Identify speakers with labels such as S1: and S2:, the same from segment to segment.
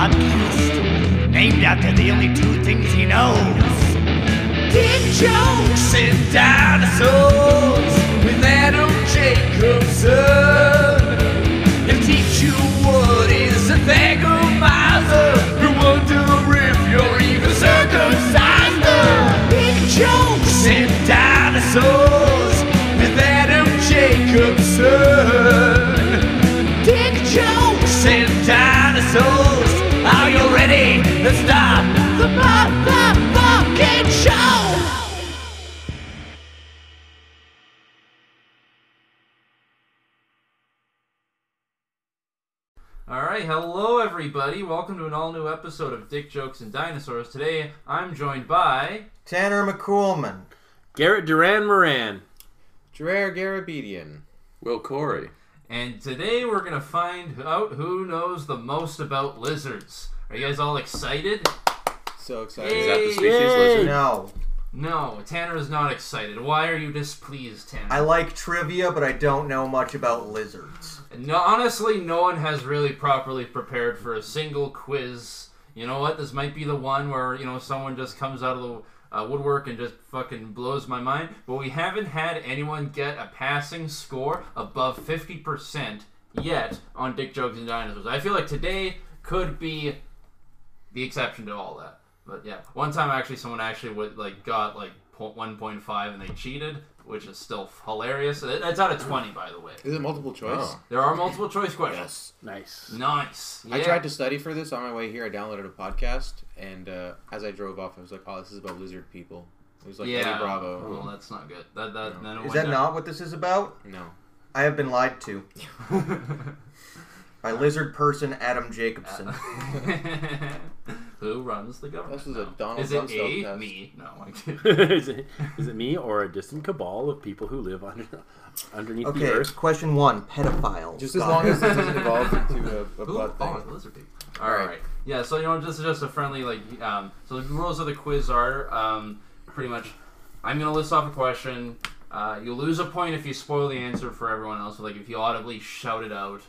S1: podcast named after the only two things he knows dick jokes and dinosaurs with Adam Jacobson. He'll teach you what is a thagomizer. You wonder if you're even circumcised. Dick jokes and dinosaurs with Adam Jacobson. Dick jokes and dinosaurs. Are you ready? Let's start the motherfucking show.
S2: All right, hello everybody. Welcome to an all-new episode of Dick Jokes and Dinosaurs. Today, I'm joined by
S3: Tanner McCoolman.
S4: Garrett Duran Moran.
S3: Dreher Garabedian.
S4: Will Corey.
S2: and today we're going to find out who knows the most about lizards. Are you guys all excited?
S3: So
S4: Is
S3: excited.
S4: that the
S2: Yay.
S4: species lizard?
S3: No.
S2: No, Tanner is not excited. Why are you displeased, Tanner?
S3: I like trivia, but I don't know much about lizards.
S2: No, honestly, no one has really properly prepared for a single quiz. You know what? This might be the one where you know someone just comes out of the uh, woodwork and just fucking blows my mind. But we haven't had anyone get a passing score above fifty percent yet on Dick Jokes and Dinosaurs. I feel like today could be the exception to all that. But yeah, one time actually, someone actually would, like got like one point five and they cheated, which is still hilarious. That- That's out of twenty, by the way.
S5: Is it multiple choice?
S4: Oh.
S2: There are multiple choice questions.
S5: Yes.
S4: Nice.
S2: Nice.
S5: I
S2: Yeah.
S5: tried to study for this on my way here. I downloaded a podcast, and uh, as I drove off, I was like, "Oh, this is about lizard people." It was like
S2: yeah.
S5: Eddie Bravo.
S2: Well, that's not good. That that then it
S3: Is
S2: went
S3: that
S2: down.
S3: not what this is about?
S5: No.
S3: I have been lied to by lizard person Adam
S5: Uh,
S3: Jacobson.
S2: Who runs the government?
S5: This is a
S2: now?
S5: Donald
S2: Is it
S5: Trump
S2: a
S5: self-test.
S2: me? No. I'm kidding.
S4: is, it, is it me or a distant cabal of people who live under, underneath the
S3: Okay,
S4: earth?
S3: question one pedophile.
S5: Just as
S3: Got
S5: long
S3: it.
S5: as this doesn't evolve into a, a
S2: Who Oh,
S5: blood
S2: are
S5: thing.
S2: the lizard people? All right.
S5: right.
S2: Yeah. So you know, this is just a friendly like. Um, so the rules of the quiz are um, pretty much. I'm gonna list off a question. Uh, you lose a point if you spoil the answer for everyone else. Like if you audibly shout it out.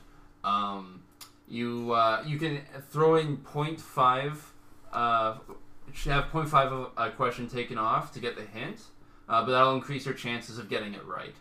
S2: Um, you uh, you can throw in 0.5. Uh, should have 0.5 of a question taken off to get the hint, uh, but that'll increase your chances of getting it right.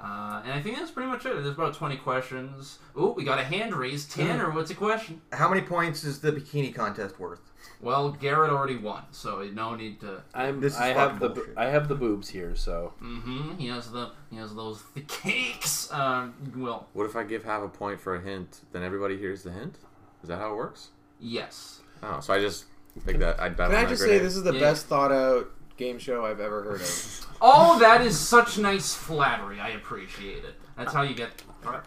S2: Uh, and I think that's pretty much it. There's about 20 questions. Ooh, we got a hand raised. Tanner, what's a question?
S3: How many points is the bikini contest worth?
S2: Well, Garrett already won, so no need to.
S4: I'm,
S3: This is
S4: I have
S3: fucking
S4: the
S3: bullshit.
S4: I have the boobs here, so
S2: Mm-hmm. He has the he has those thick cakes. Um, well,
S6: What if I give half a point for a hint? Then everybody hears the hint. Is that how it works?
S2: yes.
S6: Oh, so I just think that I'd bet.
S5: Can
S6: on
S5: I
S6: that
S5: just say
S6: grenade.
S5: this is the
S2: Yeah.
S5: best thought out game show I've ever heard of?
S2: Oh, that is such nice flattery. I appreciate it. That's how you get.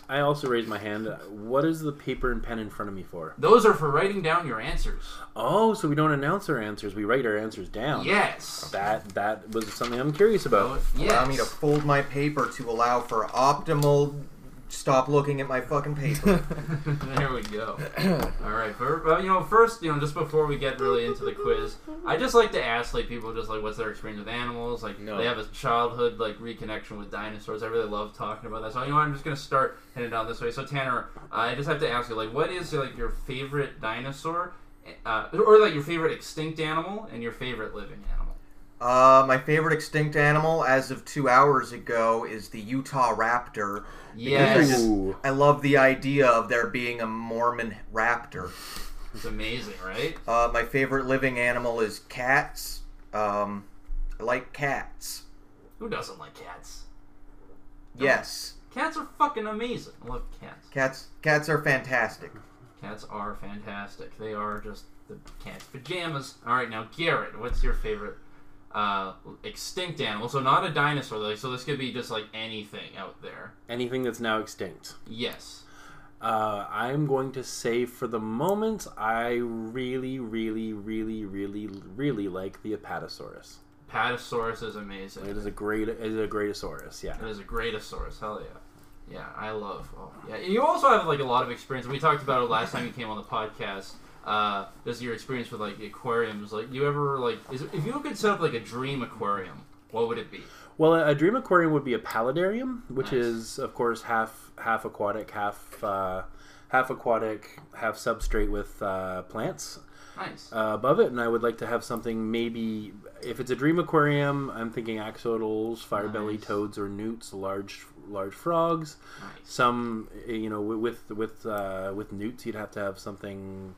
S4: I also raised my hand. What is the paper and pen in front of me for?
S2: Those are for writing down your answers.
S4: Oh, so we don't announce our answers; we write our answers down.
S2: Yes.
S4: That that was something I'm curious
S3: Oh,
S4: about.
S2: Yes.
S3: Allow me to fold my paper to allow for optimal. Stop looking at my fucking paper.
S2: There we go. All right, fir- well, you know, first, you know, just before we get really into the quiz, I just like to ask like people just like what's their experience with animals, like
S5: No.
S2: they have a childhood like reconnection with dinosaurs. I really love talking about that. So you know, I'm just gonna start heading down this way. So Tanner, I just have to ask you like, what is like your favorite dinosaur, uh, or like your favorite extinct animal and your favorite living animal?
S3: Uh, my favorite extinct animal, as of two hours ago, is the Utah raptor.
S2: Yes,
S4: Ooh.
S3: I love the idea of there being a Mormon raptor.
S2: it's amazing, right?
S3: Uh, my favorite living animal is cats. Um, I like cats.
S2: Who doesn't like cats?
S3: Yes,
S2: Cats are fucking amazing. I love cats.
S3: cats. Cats are fantastic.
S2: Cats are fantastic. They are just the cat's pajamas. All right, now Garrett, what's your favorite uh, extinct animal? So not a dinosaur, like so this could be just like anything out there.
S4: Anything that's now extinct.
S2: Yes.
S4: Uh, I'm going to say for the moment, I really, really, really, really, really like the Apatosaurus.
S2: Patasaurus is
S4: It
S2: amazing.
S4: is a great, it is a Greatosaurus. Yeah.
S2: It is a greatosaurus. Hell yeah. Yeah, I love. Oh, yeah. You also have like a lot of experience. We talked about it last time you came on the podcast. Uh, just your experience with like aquariums. Like, you ever like is, if you could set up like a dream aquarium, what would it be?
S4: Well, a dream aquarium would be a paludarium, which
S2: Nice.
S4: is, of course, half half aquatic, half uh, half aquatic, half substrate with uh, plants
S2: Nice.
S4: uh, above it, and I would like to have something maybe if it's a dream aquarium. I'm thinking axolotls, firebelly
S2: Nice.
S4: toads, or newts, large large frogs.
S2: nice.
S4: Some eh, you know wi- with with uh, with newts, you'd have to have something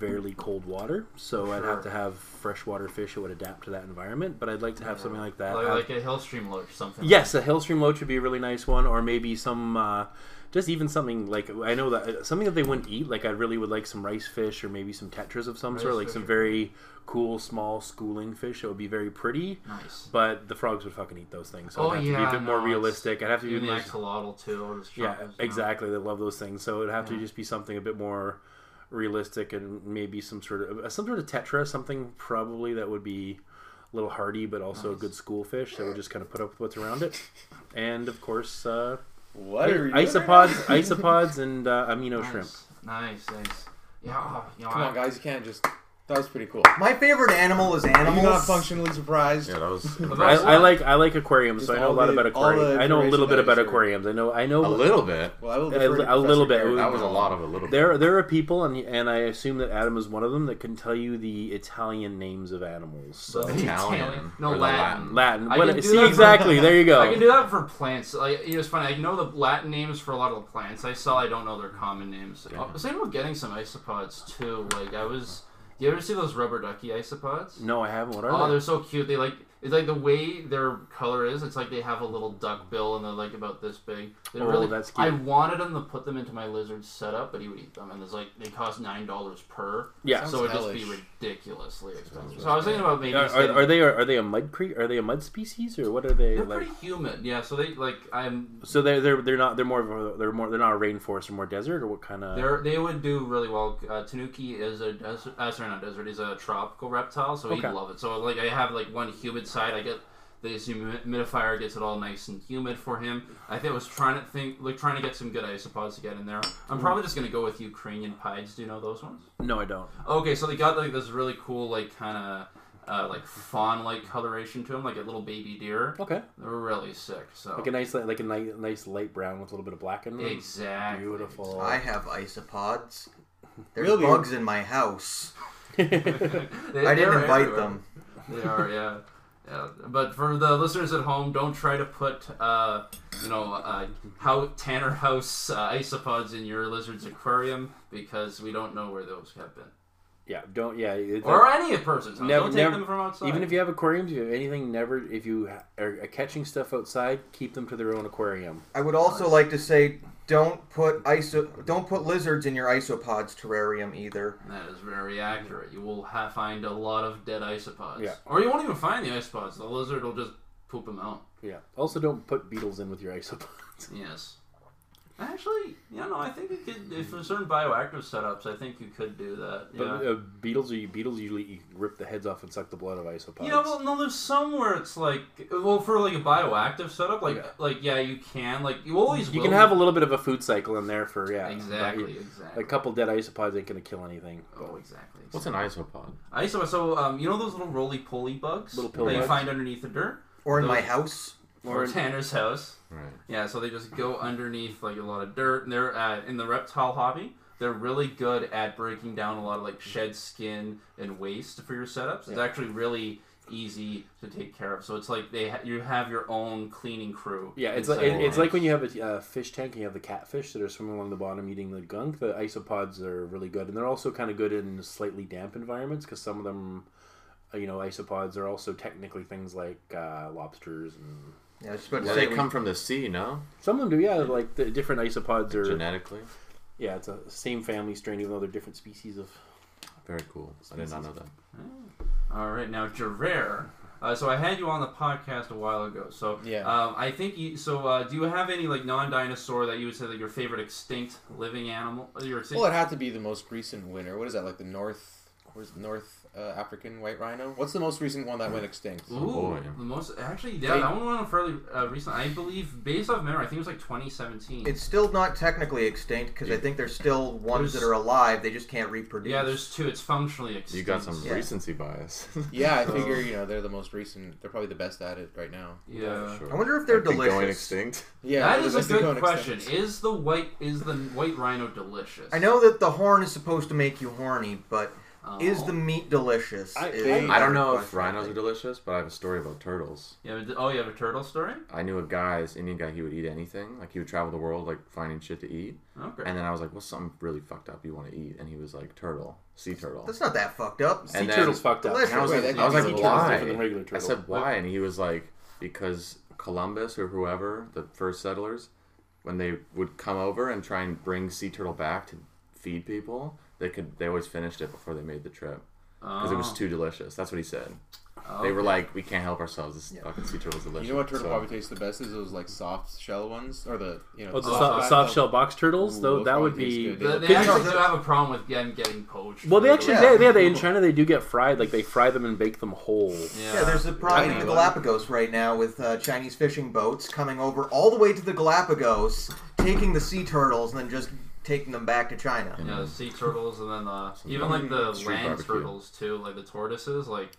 S4: fairly cold water. So I'd have
S2: Sure.
S4: to have freshwater fish that would adapt to that environment. But I'd like to have something like that.
S2: Like,
S4: Have-
S2: like a hill stream load or something.
S4: Yes, a Hillstream Loach would be a really nice one, or maybe some, uh, just even something like I know that uh, something that they wouldn't eat. Like I really would like some rice fish, or maybe some tetras of some
S2: Rice
S4: sort, like
S2: fish
S4: some
S2: are
S4: very cool small schooling fish. It would be very pretty,
S2: Nice.
S4: but the frogs would fucking eat those things. So
S2: Oh,
S4: it'd have to
S2: yeah,
S4: be a bit more
S2: no, it's-
S4: realistic. I'd have to do
S2: Even the
S4: like,
S2: axolotl too. I'll just
S4: yeah,
S2: chop those down.
S4: exactly. They love those things, so it'd have
S2: Yeah.
S4: to just be something a bit more realistic and maybe some sort of uh, some sort of tetra, something probably that would be a little hardy, but also a
S2: Nice.
S4: good school fish that would just kind of put up with what's around it. And of course, uh,
S5: What are you
S4: isopods, isopods, and uh, amino
S2: nice.
S4: shrimp.
S2: Nice, nice. Yeah, oh, you know,
S5: Come
S2: I-
S5: on, guys, you can't just. That was pretty cool.
S3: My favorite animal is
S5: Are you not
S3: animals.
S5: functionally surprised?
S6: Yeah, that was
S4: I,
S2: Nice.
S4: I like I like aquariums, so
S5: Just
S4: I know a
S5: all
S4: lot
S5: the-
S4: about
S5: all the
S4: aquariums. I know a little
S5: information
S4: bit
S5: that
S4: about
S5: is here.
S4: aquariums. I know I know
S6: a little bit.
S5: Well, I will
S4: A
S5: defer
S4: li-
S5: to
S4: a little
S5: Professor
S4: bit.
S5: Garrett.
S6: That was a lot of a little bit.
S4: There, there are people, and, and I assume that Adam is one of them, that can tell you the Italian names of animals. So
S2: That's
S6: Italian
S2: Italian. No,
S6: or the
S2: Latin.
S4: Latin.
S2: I
S4: What-
S2: can do
S4: see
S2: that for-
S4: exactly. There you go.
S2: I can do that for plants. Like, you know, it's funny. I know the Latin names for a lot of the plants I saw. I don't know their common names.
S6: Yeah.
S2: Same with getting some isopods too. Like I was. Do you ever see those rubber ducky isopods?
S4: No, I haven't. What are
S2: Oh,
S4: they?
S2: they're so cute. They like it's like the way their color is. It's like they have a little duck bill and they're like about this big. They're
S4: Oh,
S2: really.
S4: that's cute.
S2: I wanted him to put them into my lizard setup, but he would eat them, and it's like they cost nine dollars per.
S4: Yeah.
S2: So it'd just be
S5: hellish.
S2: ridiculously expensive. So I was thinking about maybe.
S4: Are,
S2: getting-
S4: are, are they are they a mud cre- Are they a mud species or what are they
S2: They're
S4: like?
S2: pretty humid, yeah. So they like I'm.
S4: So they're they're they're not they're more of a, they're more they're not a rainforest or more desert or what kind of?
S2: They're, they would do really well. Uh, Tanuki is a desert, uh, sorry, not desert. He's a tropical reptile, so he'd
S4: Okay.
S2: love it. So like I have like one humid side. I get this humidifier gets it all nice and humid for him. I think I was trying to think like trying to get some good isopods to get in there. I'm probably just gonna go with Ukrainian pides. Do you know those ones?
S4: No, I don't.
S2: Okay, so they got like this really cool like kind of uh, like fawn like coloration to them, like a little baby deer.
S4: Okay.
S2: They're really sick. So
S4: Like a nice li- like a ni- nice light brown with a little bit of black in it.
S2: exactly
S4: Beautiful.
S3: I have isopods. There's
S5: Really?
S3: bugs in my house.
S2: They-
S3: I didn't
S2: they're
S3: invite
S2: everywhere.
S3: them.
S2: They are, yeah. yeah. But for the listeners at home, don't try to put, uh, you know, uh, how Tanner House uh, isopods in your lizard's aquarium because we don't know where those have been,
S4: Yeah. Don't. Yeah. it-
S2: or any person's. House.
S4: Never-
S2: don't take
S4: never-
S2: them from outside.
S4: even if you have aquariums, if you have anything, never. If you ha- are catching stuff outside, keep them to their own aquarium.
S3: I would also like to say, don't put iso, don't put lizards in your isopods terrarium either.
S2: that is very accurate. You will ha- find a lot of dead isopods.
S4: Yeah.
S2: Or you won't even find the isopods. The lizard will just poop them out.
S4: Yeah. Also, don't put beetles in with your isopods.
S2: Yes. Actually, you know, I think you could. If for certain bioactive setups, I think you could do that.
S4: But
S2: yeah.
S4: uh, beetles are beetles usually eat- rip the heads off and suck the blood of isopods.
S2: Yeah, well, no, there's some where it's like, well, for like a bioactive setup, like,
S4: Yeah.
S2: like yeah, you can, like, you always
S4: you
S2: will
S4: can have a little bit of a food cycle in there for yeah.
S2: exactly,
S4: A
S2: exactly.
S4: couple dead isopods ain't gonna kill anything.
S2: Oh, exactly.
S6: What's an isopod?
S2: I so so um, you know those little roly poly bugs
S4: Little
S2: that you
S4: bugs.
S2: find underneath the dirt
S3: Or in my
S2: Those-
S3: house.
S2: or
S4: Or-
S2: Tanner's house.
S6: Right.
S2: Yeah, so they just go underneath like a lot of dirt, and they're uh, in the reptile hobby. They're really good at breaking down a lot of like shed skin and waste for your setups. It's
S4: Yeah.
S2: actually really easy to take care of. So it's like they ha- you have your own cleaning crew.
S4: Yeah, it's like
S2: inside
S4: it,
S2: your
S4: it's like
S2: house.
S4: when you have a uh, fish tank and you have the catfish that are swimming along the bottom eating the gunk. The isopods are really good, and they're also kind of good in slightly damp environments because some of them, uh, you know, isopods are also technically things like uh, lobsters and
S3: Yeah, I was just about to
S6: Yeah,
S3: say
S6: they
S3: we-
S6: come from the sea, no?
S4: some of them do. Yeah, like the different isopods are.
S6: Genetically.
S4: Yeah, it's a same family strain, even though they're different species of.
S6: Very cool. I did not know that.
S2: All right, now Gerard. Uh, so I had you on the podcast a while ago. So
S5: Yeah.
S2: um, I think you, so. Uh, do you have any like non-dinosaur that you would say like your favorite extinct living animal? Your extinct,
S5: Well, it had to be the most recent winner. What is that? Like the North? Where's the North? uh, African white rhino. What's the most recent one that went extinct?
S2: Ooh,
S6: Oh, boy.
S2: the most actually, yeah, that one went on fairly uh, recent. I believe, based off memory, I think it was like 2017.
S3: It's still not technically extinct because I think there's still ones
S2: There's-
S3: that are alive. They just can't reproduce.
S2: yeah, there's two. It's functionally extinct.
S6: You got some
S3: Yeah.
S6: recency bias.
S5: Yeah, I figure you know they're the most recent. They're probably the best at it right now.
S2: Yeah.
S6: Sure.
S3: I wonder if they're
S6: Like the Going
S3: delicious.
S6: extinct.
S5: Yeah,
S2: that
S5: they're
S2: is
S5: the
S2: a
S5: best at
S2: good
S5: going
S2: question.
S5: extinct.
S2: Is the white is the white rhino delicious?
S3: I know that the horn is supposed to make you horny, but
S2: Oh.
S3: is the meat delicious?
S4: I-
S3: is
S4: I-
S3: the
S6: I don't know
S3: better
S6: if
S3: question, I
S6: rhinos are
S3: think.
S6: delicious, but I have a story about turtles.
S2: Yeah, but- oh, you have a turtle story?
S6: I knew a guy, this Indian guy, he would eat anything. Like he would travel the world, like finding shit to eat.
S2: Okay.
S6: And then I was like, "What's something really fucked up you want to eat?" And he was like, "Turtle, sea turtle."
S3: That's not that fucked up.
S4: Sea
S6: And then-
S4: turtles fucked up.
S3: Delicious.
S6: And I was
S5: Wait,
S6: like,
S5: that
S6: I was
S5: sea
S6: like,
S5: turtle's
S6: why?
S4: different than regular
S6: I
S4: turtle.
S6: said, why? And he was like, because Columbus or whoever, the first settlers, when they would come over and try and bring sea turtle back to feed people, they could they always finished it before they made the trip because it
S5: Oh.
S6: was too delicious. That's what he said. They were like, we can't help ourselves. This fucking sea turtle's delicious.
S5: You know what turtle
S6: So-
S5: probably tastes the best is those like soft shell ones or the you know
S4: Oh, the
S5: soft-
S4: soft,
S5: soft-
S4: soft shell box turtles,
S5: Ooh,
S4: though
S5: those
S4: that would
S5: probably taste
S4: be.
S5: good.
S2: They, they
S4: Could-
S2: actually do have a problem with them getting poached.
S4: Well, they actually,
S3: Yeah.
S4: yeah, yeah, they in China they do get fried. Like they fry them and bake them whole.
S2: Yeah.
S3: Yeah, there's a problem
S5: I
S3: in the
S5: know.
S3: Galapagos right now with uh, Chinese fishing boats coming over all the way to the Galapagos, taking the sea turtles, and then just taking them back to China.
S2: you know, the sea turtles and then uh, even like the
S6: mm, Street
S2: land
S6: barbecue.
S2: turtles too, like the tortoises, like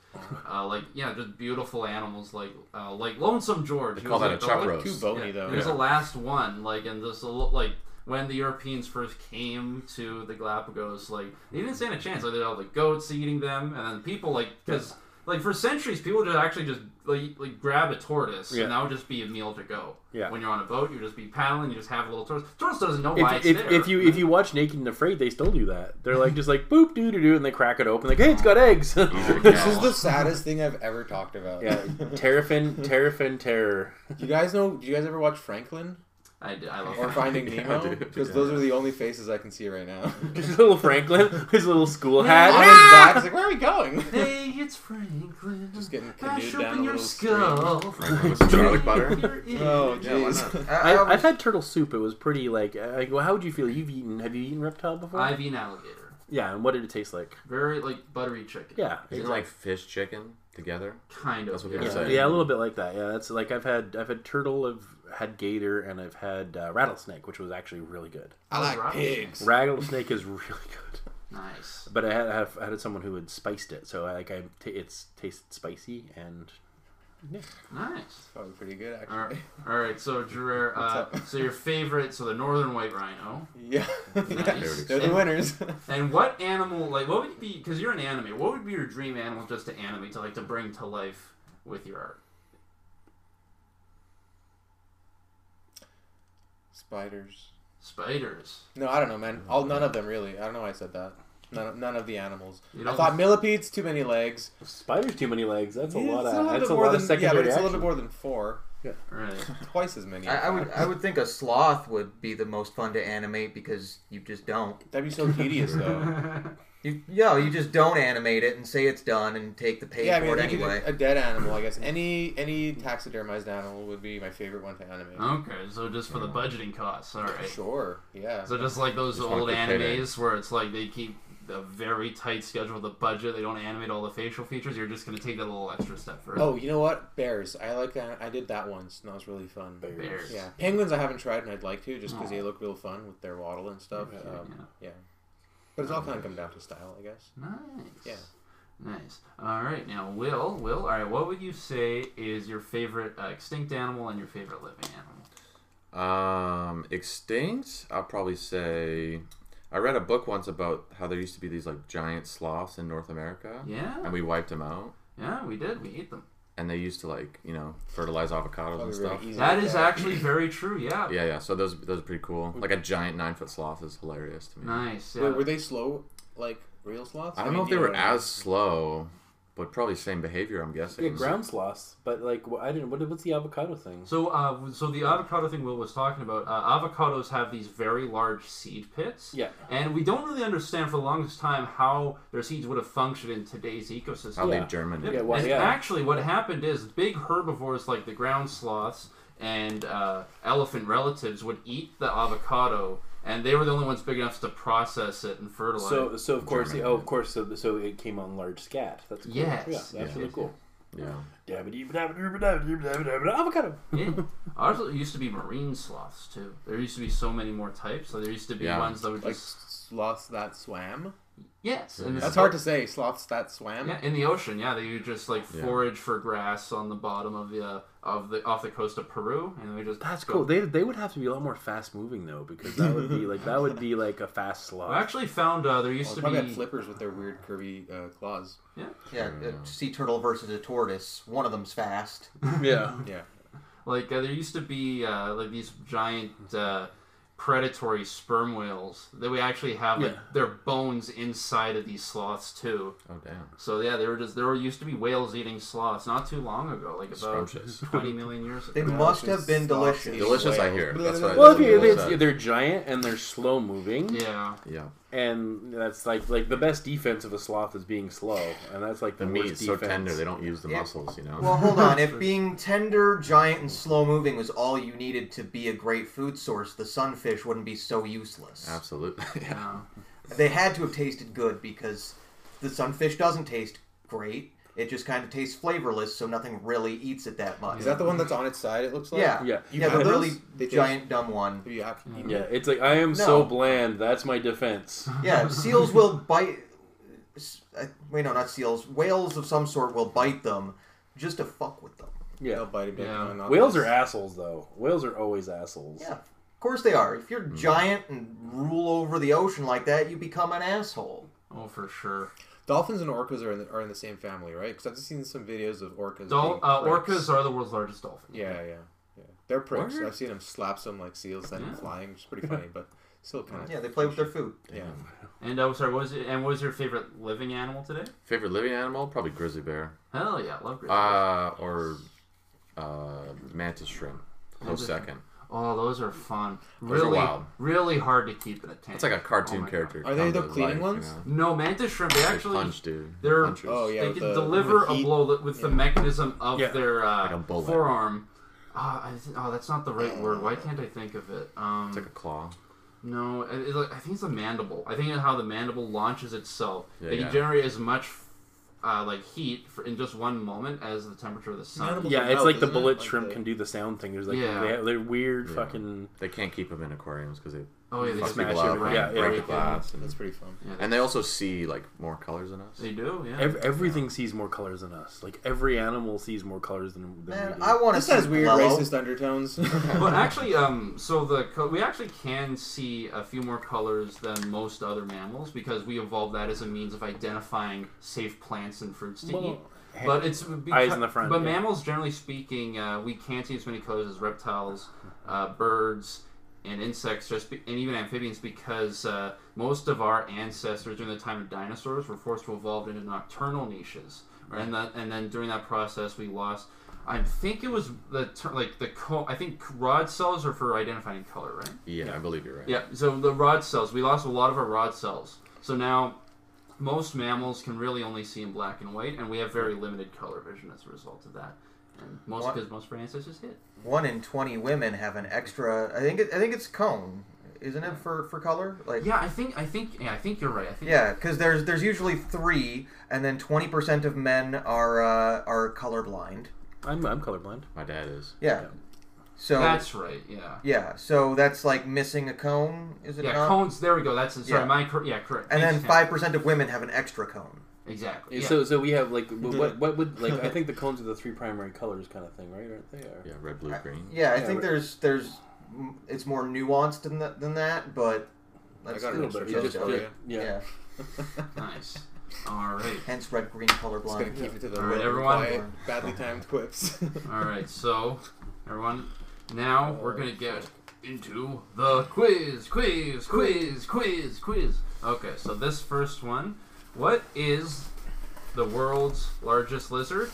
S2: uh, like yeah, just beautiful animals like uh, like Lonesome George.
S6: They
S2: He
S6: call
S2: was,
S6: that
S2: like,
S6: a
S2: the-
S6: chuck roast.
S5: Too bony
S2: Yeah,
S5: though.
S2: He was the last one, like and this little- like when the Europeans first came to the Galapagos, like they didn't stand a chance. Like they had all the goats eating them, and then people like because. Like for centuries, people just actually just like, like grab a tortoise,
S4: Yeah.
S2: and that would just be a meal to go.
S4: Yeah.
S2: When you're on a boat, you just be paddling, you just have a little tortoise. Tortoise doesn't know why it's
S4: If, if,
S2: there.
S4: if you if you watch Naked and Afraid, they still do that. They're like just like boop doo doo doo, and they crack it open like, hey, it's got eggs.
S5: This is the saddest thing I've ever talked about.
S4: yeah, terrafin, terrafin, terror.
S5: you guys know? Do you guys ever watch Franklin
S2: I, d- I love
S5: or
S2: that.
S5: Finding
S6: Yeah, I
S5: Nemo?
S6: do.
S5: Because
S6: Yeah.
S5: those are the only faces I can see right now.
S4: His little Franklin, his little school hat.
S5: I was back. I was like, where are we going?
S2: Hey, it's Franklin.
S5: Just getting
S2: Mash
S5: canoed down
S2: open
S5: a
S2: your
S5: little stream.
S2: skull.
S6: Franklin with some garlic butter.
S5: Oh
S2: Oh,
S6: Yeah, why
S5: jeez.
S3: I,
S4: I,
S3: I
S4: I've
S3: was,
S4: had turtle soup. It was pretty like. uh, like well, how would you feel? You've eaten? Have you eaten reptile before?
S2: I've eaten alligator.
S4: yeah, and what did it taste like?
S2: Very like buttery chicken.
S4: Yeah,
S6: Isn't it like fish chicken together?
S2: Kind of.
S6: That's what
S2: yeah.
S6: people
S4: yeah,
S6: say.
S4: yeah, a little bit like that. Yeah, that's like I've had I've had turtle, I've had gator, and I've had uh, rattlesnake, which was actually really good.
S5: I like pigs.
S4: Rattlesnake is really good,
S2: Nice.
S4: but I had I had, I had someone who had spiced it, so like I t- it's tasted spicy and
S2: Nice.
S5: Probably pretty good actually.
S2: All right. All right. So, Gerard, uh, so your favorite, so the northern white rhino.
S5: Yeah.
S2: Nice.
S5: They're the winners.
S2: And what animal, like, what would be, because you're an animator, what would be your dream animal just to animate, to like, to bring to life with your art?
S5: Spiders.
S2: Spiders.
S5: No, I don't know, man. All none of them really. I don't know why I said that. None, none of the animals.
S2: You
S5: I
S2: don't-
S5: thought millipedes too many legs.
S4: spiders too many legs. That's a
S5: Yeah,
S4: lot
S5: it's
S4: of
S5: little
S4: that's
S5: bit
S4: a
S5: more
S4: lot of
S5: than yeah, but
S4: secondary
S5: it's a little
S4: action.
S5: bit more than four.
S2: Right.
S5: Twice as many.
S3: I, I would I would think a sloth would be the most fun to animate because you just don't.
S5: That'd be so tedious though.
S3: You, yeah, you just don't animate it and say it's done and take the pay
S5: yeah, I
S3: for
S5: mean,
S3: it
S5: you could do
S3: anyway.
S5: a dead animal. I guess any any taxidermized animal would be my favorite one to animate.
S2: Okay. So, just for the budgeting costs. All right.
S5: Sure. Yeah.
S2: So just like those
S6: Just want
S2: old
S6: a good payday.
S2: animes where it's like they keep a very tight schedule with the budget, they don't animate all the facial features, you're just gonna take that little extra step further.
S5: Oh, you know what? Bears. I like that. I did that once, and that was really fun.
S2: Bears.
S5: Yeah. Penguins. I haven't tried, and I'd like to, just because they look real fun with their waddle and stuff. Um, yeah. But it's all kind of come down to style, I guess.
S2: Nice.
S5: Yeah.
S2: Nice. All right. Now, Will, Will, all right. What would you say is your favorite uh, extinct animal and your favorite living animal?
S6: Um, extinct. I'll probably say. I read a book once about how there used to be these like giant sloths in North America,
S2: Yeah.
S6: and we wiped them out.
S2: Yeah, we did. We ate them.
S6: And they used to like you know fertilize avocados and
S5: Probably
S6: stuff.
S5: really easy.
S2: That is
S5: Yeah.
S2: actually very true. Yeah.
S6: Yeah, yeah. So those those are pretty cool. Like a giant nine foot sloth is hilarious to me.
S2: Nice. Yeah.
S5: Wait, were they slow, like real sloths?
S6: I don't know
S5: mean,
S6: if they
S5: you
S6: were
S5: what I mean.
S6: as slow, but probably same behavior. I'm guessing.
S4: Yeah, ground sloths, but like wh- I didn't. What, what's the avocado thing?
S2: So, uh, so the avocado thing Will was talking about. Uh, avocados have these very large seed pits.
S4: Yeah.
S2: And we don't really understand for the longest time how their seeds would have functioned in today's ecosystem.
S6: How
S4: Yeah.
S6: they germinated.
S4: Yeah, why-
S2: and
S4: yeah.
S2: actually, what happened is big herbivores like the ground sloths and uh, elephant relatives would eat the avocado and they were the only ones big enough to process it and fertilize.
S4: So, so of course,
S6: Germany.
S4: oh, of course, so, so it came on large scat. That's cool.
S2: Yes.
S4: yeah, that's
S2: Yes,
S4: really
S2: yes,
S4: cool.
S6: Yeah.
S4: Dabba-dee, dabba-dee, dabba-dee, dabba-dee, dabba-dee, Avocado.
S2: yeah. Ours used to be marine sloths too. There used to be so many more types. Like there used to be
S6: Yeah.
S2: ones that were
S5: Like
S2: just
S5: sloths that swam.
S2: yes. And
S5: That's hard to say. Sloths that swam.
S2: Yeah, in the ocean. Yeah, they would just like
S6: Yeah.
S2: forage for grass on the bottom of the uh, of the off the coast of Peru, and they just
S4: That's
S2: go-
S4: cool. They, they would have to be a lot more fast moving though, because that would be like that would be like a fast slot.
S2: I actually found uh, there
S5: Well,
S2: used
S5: they
S2: to
S5: Oh, probably
S2: be
S5: had flippers with their weird curvy uh, claws.
S3: Yeah, a sea turtle versus a tortoise. One of them's fast.
S4: yeah.
S5: Yeah.
S2: Like uh, there used to be uh, like these giant uh, predatory sperm whales that we actually have like,
S4: Yeah.
S2: their bones inside of these sloths too.
S6: Oh damn.
S2: So yeah, there were just there were used to be whales eating sloths not too long ago, like about
S6: Scrumptious.
S2: twenty million years
S3: They
S2: ago.
S3: must have been
S5: Sloths
S3: delicious.
S5: eat
S6: Delicious, I
S5: whales.
S6: hear. That's what I-
S4: Well, if you,
S6: People
S4: it's,
S6: said-
S4: they're giant and they're slow moving,
S2: Yeah,
S6: Yeah.
S4: and that's like like the best defense of a sloth is being slow, and that's like the,
S6: The
S4: worst
S6: meat's so
S4: defense.
S6: tender they don't use the
S3: Yeah.
S6: muscles, you know.
S3: Well, hold on. If being tender, giant, and slow moving was all you needed to be a great food source, the sunfish wouldn't be so useless.
S6: Absolutely. yeah.
S2: yeah.
S3: They had to have tasted good because the sunfish doesn't taste great. It just kind of tastes flavorless, so nothing really eats it that much.
S5: Is that the one that's on its side? It looks like.
S3: Yeah.
S4: Yeah.
S5: You
S3: yeah, the
S5: had
S3: really
S5: those? They taste-
S3: giant, dumb one.
S5: Have you actually eaten
S4: Yeah,
S5: it?
S4: it's like I am so
S3: No.
S4: bland. That's my defense.
S3: Yeah, seals will bite. s- uh, Wait, no, not seals. Whales of some sort will bite them just to fuck with them.
S4: Yeah,
S5: They'll bite a bit.
S2: Yeah.
S5: and not
S4: whales
S5: this.
S4: are assholes though. Whales are always assholes.
S3: Yeah, of course they are. If you're
S2: Mm-hmm.
S3: giant and rule over the ocean like that, you become an asshole.
S2: Oh, for sure.
S5: Dolphins and orcas are in the, are in the same family, right? Because I've just seen some videos of orcas.
S2: Dol-
S5: being
S2: uh,
S5: pricks.
S2: orcas are the world's largest dolphin.
S5: Yeah, yeah, yeah. They're pricks.
S2: Orcas?
S5: I've seen them slap some like seals, then
S2: Yeah.
S5: flying. It's pretty funny, but still kind of.
S3: Yeah, they play with their food.
S5: Yeah.
S2: And uh, sorry, what was it, and what was your favorite living animal today?
S6: Favorite living animal? Probably grizzly bear.
S2: Hell yeah, love grizzlies.
S6: Uh, or uh, mantis shrimp. Close
S2: Mantis shrimp.
S6: second.
S2: oh, those are fun.
S6: Those are
S2: Really,
S6: wild.
S2: really hard to keep in a tank.
S6: That's like a
S2: Oh
S6: cartoon
S2: my
S6: character.
S5: God. Are they the
S6: comes to
S5: cleaning
S6: life,
S5: ones?
S6: You know?
S2: No, mantis shrimp. They actually
S6: they punch, dude.
S2: they're-
S6: punchers.
S5: Oh yeah.
S2: they
S5: with
S2: can
S5: the-
S2: deliver
S5: with the
S2: a
S5: heat.
S2: blow that- with the
S5: Yeah.
S2: mechanism of
S4: Yeah.
S2: their uh,
S6: Like a bullet.
S2: forearm. Ah, I th- oh, that's not the
S5: Uh,
S2: right word. Why can't I think of it? Um,
S6: It's like a claw.
S2: no, it, it, I think it's a mandible. I think it's how the mandible launches itself.
S6: Yeah,
S2: they
S6: yeah.
S2: can generate as much uh, like heat for, in just one moment as the temperature of the sun.
S5: Mandible-
S4: Yeah,
S5: Well,
S4: it's
S5: no,
S4: like the
S5: isn't it?
S4: bullet
S5: Like
S4: shrimp
S5: the-
S4: can do the sound thing. There's like
S2: Yeah.
S4: they have, they're weird
S6: Yeah.
S4: fucking.
S6: They can't keep them in aquariums because they
S2: Oh yeah, they
S4: Fuck
S2: just
S4: smash
S6: people out,
S4: everything.
S6: break,
S4: Yeah,
S2: Yeah,
S4: yeah.
S6: break the glass, and,
S5: That's pretty fun.
S2: Yeah,
S6: and they also see like more colors than us.
S2: They do, yeah.
S4: Ev- everything sees more colors than us. Like every animal sees more colors than, than
S3: Man,
S4: we do.
S3: I want to
S5: This
S3: see
S5: has weird
S3: Lello.
S5: racist undertones.
S2: but actually, um, so the co- we actually can see a few more colors than most other mammals because we evolved that as a means of identifying safe plants and fruits to eat. But it's because,
S4: Eyes in the front,
S2: But
S4: yeah.
S2: mammals, generally speaking, uh, we can't see as many colors as reptiles, uh, birds, and insects, just be- and even amphibians, because uh, most of our ancestors during the time of dinosaurs were forced to evolve into nocturnal niches, and that, and then during that process we lost. I think it was the ter- like the co- I think rod cells are for identifying color, right?
S6: yeah, I believe you're right.
S2: Yeah, so the rod cells, we lost a lot of our rod cells. So now most mammals can really only see in black and white, and we have very limited color vision as a result of that. And most
S3: What?
S2: because most of our ancestors hit.
S3: One in twenty women have an extra. I think. It, I think it's cone, isn't it for for color? Like
S2: Yeah, I think I think yeah, I think you're right. I think
S3: yeah, because there's there's usually three, and then twenty percent of men are uh, are colorblind.
S4: I'm, I'm colorblind.
S6: My dad is.
S3: Yeah. So
S2: that's right. Yeah.
S3: yeah, so that's like missing a cone, is it
S2: Yeah,
S3: not?
S2: cones. There we go. That's sorry.
S3: Yeah.
S2: My cor- yeah, correct.
S3: And then
S2: Thanks, Tim.
S3: five percent of women have an extra cone.
S2: Exactly. Yeah.
S4: So so we have like wh- what what would like I think the cones are the three primary colors kind of thing, right? Aren't they? Or-
S6: Yeah, red, blue, green.
S3: Yeah, I
S4: Yeah,
S3: think
S4: but-
S3: there's there's m- it's more nuanced than that than that, but let's
S5: got
S3: do
S5: an
S3: it.
S5: extra
S3: Let's
S4: You
S5: cone
S4: just-
S3: go with
S5: for
S4: yeah,
S3: it.
S5: you.
S4: yeah.
S2: nice. All right.
S3: Hence red green
S5: Just gonna
S3: colorblind.
S5: keep it to the
S2: All right,
S5: low,
S2: everyone.
S5: quiet, badly timed quips.
S2: All right. So, everyone, now we're gonna get into the quiz, quiz, quiz, quiz, quiz. Okay. So this first one, what is the world's largest lizard?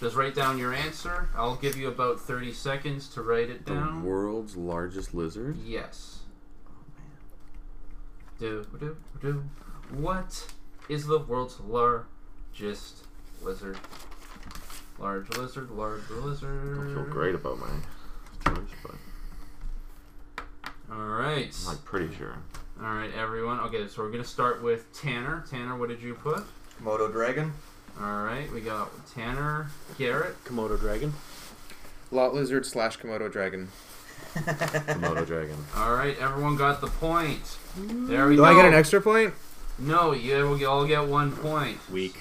S2: Just write down your answer. I'll give you about 30 seconds to write it
S6: The
S2: down.
S6: world's largest lizard.
S2: Yes. Do do do. What is the world's largest lizard? Large lizard, large lizard.
S6: I don't feel great about my choice, but
S2: All right.
S6: I'm like, pretty sure.
S2: All right, everyone. Okay, so we're going to start with Tanner. Tanner, what did you put?
S3: Moto Dragon.
S2: All right, we got Tanner, Garrett.
S4: Komodo dragon.
S5: Lot lizard slash Komodo dragon.
S6: Komodo dragon.
S2: All right, everyone got the point. There we
S5: Do
S2: go.
S5: I get an extra point?
S2: No, you will all get one point.
S5: Weak.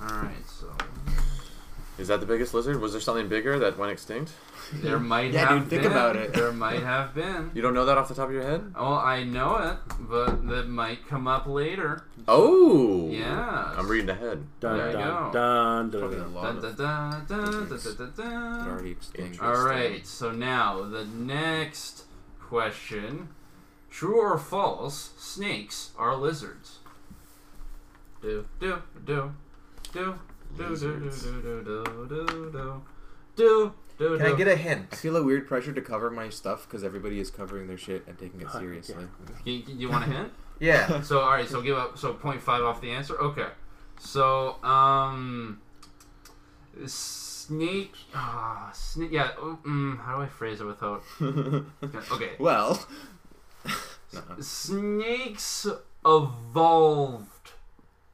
S2: All right, so
S6: Is that the biggest lizard? Was there something bigger that went extinct?
S2: there might
S5: Yeah,
S2: have
S5: dude, think
S2: been.
S5: about it.
S2: There might have been.
S6: You don't know that off the top of your head?
S2: Well, I know it, but that might come up later.
S6: Oh.
S2: Yeah.
S6: I'm reading ahead.
S4: Dun,
S2: There you
S4: dun,
S2: go.
S4: dun, dun,
S5: Probably a
S4: dun.
S5: lot
S2: Dun,
S5: of
S2: dun, dun, dun, dun,
S5: lizards
S2: dun, dun,
S5: that
S2: dun.
S5: already extinct.
S2: All right, so now the next question: True or false? Snakes are lizards. Do do do do do do do
S6: Lizards.
S2: do do do do do do.
S3: Can I
S2: do.
S3: get a
S5: I
S3: hint?
S5: feel a weird pressure to cover my stuff because everybody is covering their shit and taking it
S4: Huh, yeah.
S5: seriously.
S2: You, you want a hint?
S3: Yeah.
S2: so all right, so give up. So 0.5 off the answer. Okay. So um, snake. Ah, snake. Yeah. oh, Mm, how do I phrase it without? Okay.
S5: well,
S2: snakes evolved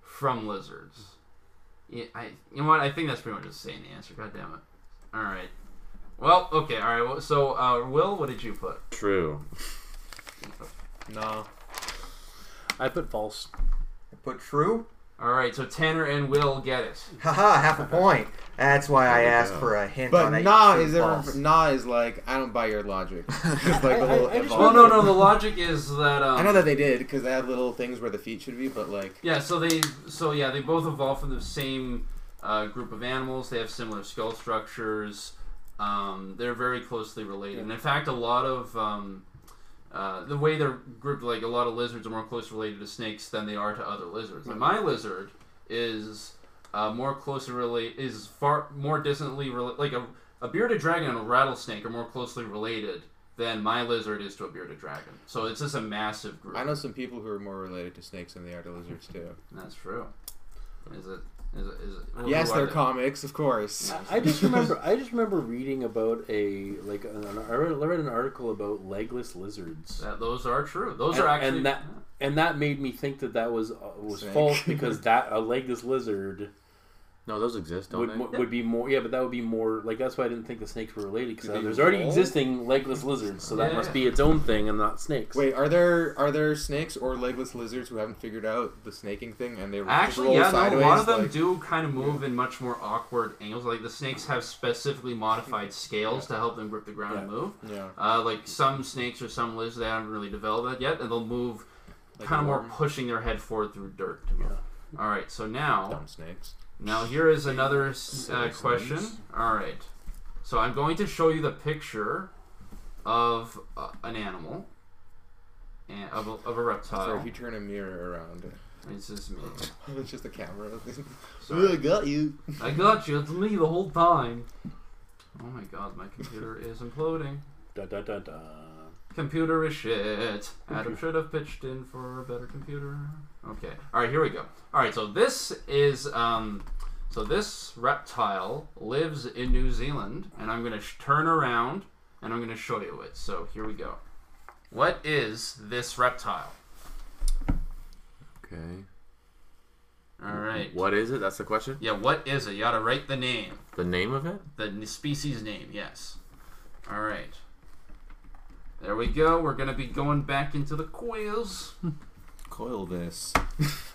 S2: from lizards. Yeah, I, you know what? I think that's pretty much just saying the answer. God damn it. All right. Well, okay. All right. Well, so, uh, Will, what did you put?
S6: True.
S5: no.
S4: I put false.
S3: Put true.
S2: All right. So Tanner and Will get it.
S3: Haha, half a point. That's why I
S6: There we
S3: asked
S6: go.
S3: for a hint
S2: Oh,
S3: on
S5: But
S3: it.
S5: nah
S3: True,
S5: is ever,
S3: false.
S5: nah is like I don't buy your logic. It's
S4: I-
S5: like the
S4: I-
S5: whole
S4: I just
S5: evolve-
S2: Well, no, no. The logic is that. Um,
S5: I know that they did because they had little things where the feet should be, but like
S2: Yeah. So they. So yeah, they both evolved from the same uh, group of animals. They have similar skull structures. Um, they're very closely related, and in fact, a lot of um, uh, the way they're grouped, like a lot of lizards, are more closely related to snakes than they are to other lizards. Like my lizard is uh, more closely related, is far more distantly related. Like a, a bearded dragon and a rattlesnake are more closely related than my lizard is to a bearded dragon. So it's just a massive group.
S5: I know some people who are more related to snakes than they are to lizards too.
S2: That's true. Is it? Is it? Is it who-
S5: yes,
S2: who are
S5: they're
S2: they?
S5: comics, of course.
S4: I- I just remember. I just remember reading about a like an, an, I read I read an article about legless lizards.
S2: That, those are true. Those
S4: And-
S2: are actually.
S4: and that and that made me think that that was uh, was
S5: Snake.
S4: false because that a legless lizard
S6: No, those exist, don't
S4: would,
S6: they?
S4: mo- would be more yeah, but that would be more like that's why I didn't think the snakes were related
S5: Do they
S4: because there's already
S5: evolve?
S4: existing legless lizards, so that
S2: Yeah.
S4: must be its own thing and not snakes.
S5: Wait, are there are there snakes or legless lizards who haven't figured out the snaking thing and they just
S2: actually,
S5: roll
S2: yeah, no,
S5: sideways?
S2: a lot of them
S5: like,
S2: do kind of move in much more awkward angles. Like the snakes have specifically modified scales to help them grip the ground and
S4: Yeah.
S2: move.
S5: Yeah,
S2: Uh, like some snakes or some lizards, they haven't really developed that yet, and they'll move
S5: like
S2: kind of more
S5: worm.
S2: pushing their head forward through dirt. To move. All right, so now.
S5: dumb snakes.
S2: Now here is another s- uh,
S5: Citizens.
S2: question. All right. So I'm going to show you the picture of uh, an animal and of a, of a
S5: So if
S2: reptile.
S5: you turn a mirror around,
S2: This is me.
S5: it's just a camera.
S2: Sorry.
S5: got you.
S2: I got you. It's me the whole time. Oh my god, my computer is imploding.
S4: Da, da, da, da.
S2: Computer is shit. Adam should have pitched in for a better computer. Okay. All right, here we go. All right, so this is um so this reptile lives in New Zealand and I'm going to sh- turn around and I'm going to show you it. So, here we go. What is this reptile?
S6: Okay.
S2: All right.
S6: What is it? That's the question.
S2: Yeah, what is it? You got to write the name.
S6: The name of it?
S2: The n- species name, yes. All right. There we go. We're going to be going back into the quiz.
S5: Coil this.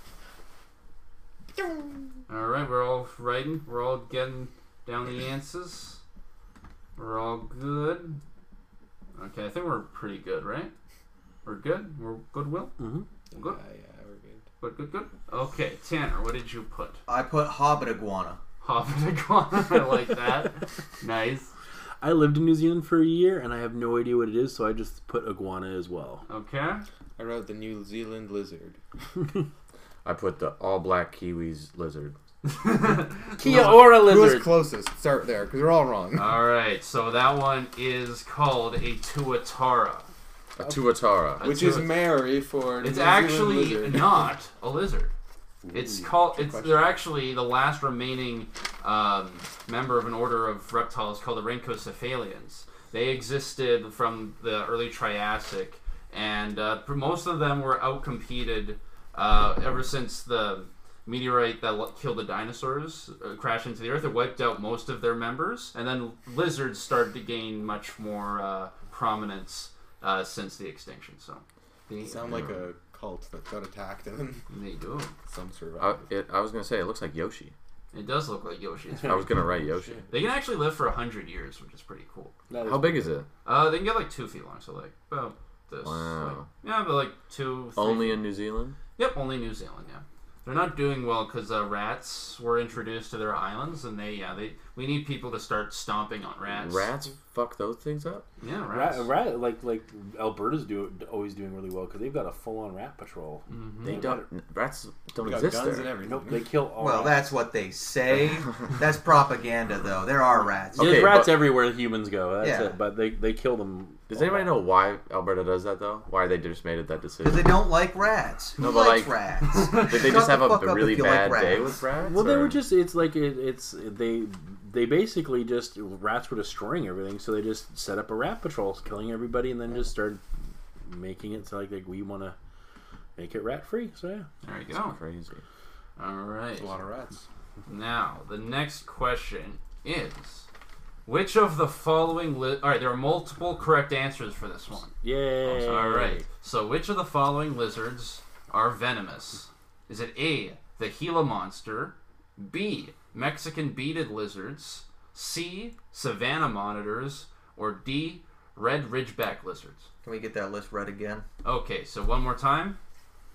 S2: All right, we're all writing. We're all getting down the answers. We're all good. Okay, I think we're pretty good, right? We're good. We're good. Will
S4: Mhm.
S5: Yeah,
S2: Good.
S5: Oh, yeah, we're good.
S2: good, good, good. Okay, Tanner, what did you put?
S3: I put hobbit iguana.
S2: Hobbit iguana. I like that. nice.
S4: I lived in New Zealand for a year and I have no idea what it is, so I just put iguana as well.
S2: Okay.
S5: I wrote the New Zealand lizard.
S6: I put the all black kiwis lizard.
S4: Kia ora
S5: Who was
S4: lizard.
S5: closest? Start there, because we're all wrong.
S2: All right. So that one is called a tuatara.
S6: A tuatara.
S2: A
S5: Which is
S2: tuat-
S5: Mary for
S2: It's
S5: New
S2: actually
S5: Zealand lizard.
S2: not a lizard. It's called. It's
S5: question.
S2: they're actually the last remaining um, member of an order of reptiles called the Rhynchocephalians. They existed from the early Triassic and uh, pr- most of them were outcompeted uh, ever since the meteorite that lo- killed the dinosaurs uh, crashed into the earth. It wiped out most of their members, and then lizards started to gain much more uh, prominence uh, since the extinction. So they,
S5: They sound like a cult that got attacked and then
S2: they do.
S5: some
S6: I,
S5: survived.
S6: it, I was gonna say it looks like Yoshi.
S2: It does look like Yoshi. It's
S6: I was gonna write Yoshi.
S2: They can actually live for hundred years, which is pretty cool.
S4: That is-
S6: How big is it?
S2: Uh, they can get like two feet long, so like about this.
S6: Wow.
S2: like- yeah, but like two. three
S6: Only
S2: feet.
S6: in New Zealand.
S2: Yep, only New Zealand. Yeah, they're not doing well because uh, rats were introduced to their islands, and they yeah they we need people to start stomping on rats.
S6: Rats fuck those things up.
S2: Yeah, rats.
S4: Rat, rat, like like Alberta's do always doing really well because they've got a full on rat patrol.
S6: Mm-hmm. They don't. Rats don't
S5: We got
S6: exist
S5: guns
S6: there.
S5: and everything.
S4: Nope, they kill all.
S3: Well,
S4: rats.
S3: that's what they say. That's propaganda, though. There are rats.
S6: Okay.
S4: There's rats
S6: but-
S4: everywhere humans go. That's
S3: Yeah.
S4: it. But they they kill them.
S6: Does
S4: all
S6: anybody
S4: back.
S6: know why Alberta does that though? Why they just made it that
S3: Because they
S6: decision?
S3: don't like rats. Who
S6: No, but,
S3: likes
S6: like-
S3: rats?
S6: Did they
S3: Shut
S6: just
S3: the
S6: have a
S3: fuck up if
S6: really
S3: you like
S6: bad day
S3: rats.
S6: with rats?
S4: Well, they
S6: or-
S4: were just. It's like it, it's they they basically just rats were destroying everything, so they just set up a rat patrol, killing everybody, and then just started making it so like, like we want to make it rat free. So yeah,
S2: There you go.
S6: crazy.
S2: All right.
S5: There's a lot of rats.
S2: Now, the next question is which of the following li- All right, there are multiple correct answers for this one.
S4: yay!
S2: All right. So, which of the following lizards are venomous? Is it A, the Gila monster, B, Mexican beaded lizards, C, savanna monitors, or D, red ridgeback lizards?
S3: Can we get that list read again?
S2: Okay, so one more time.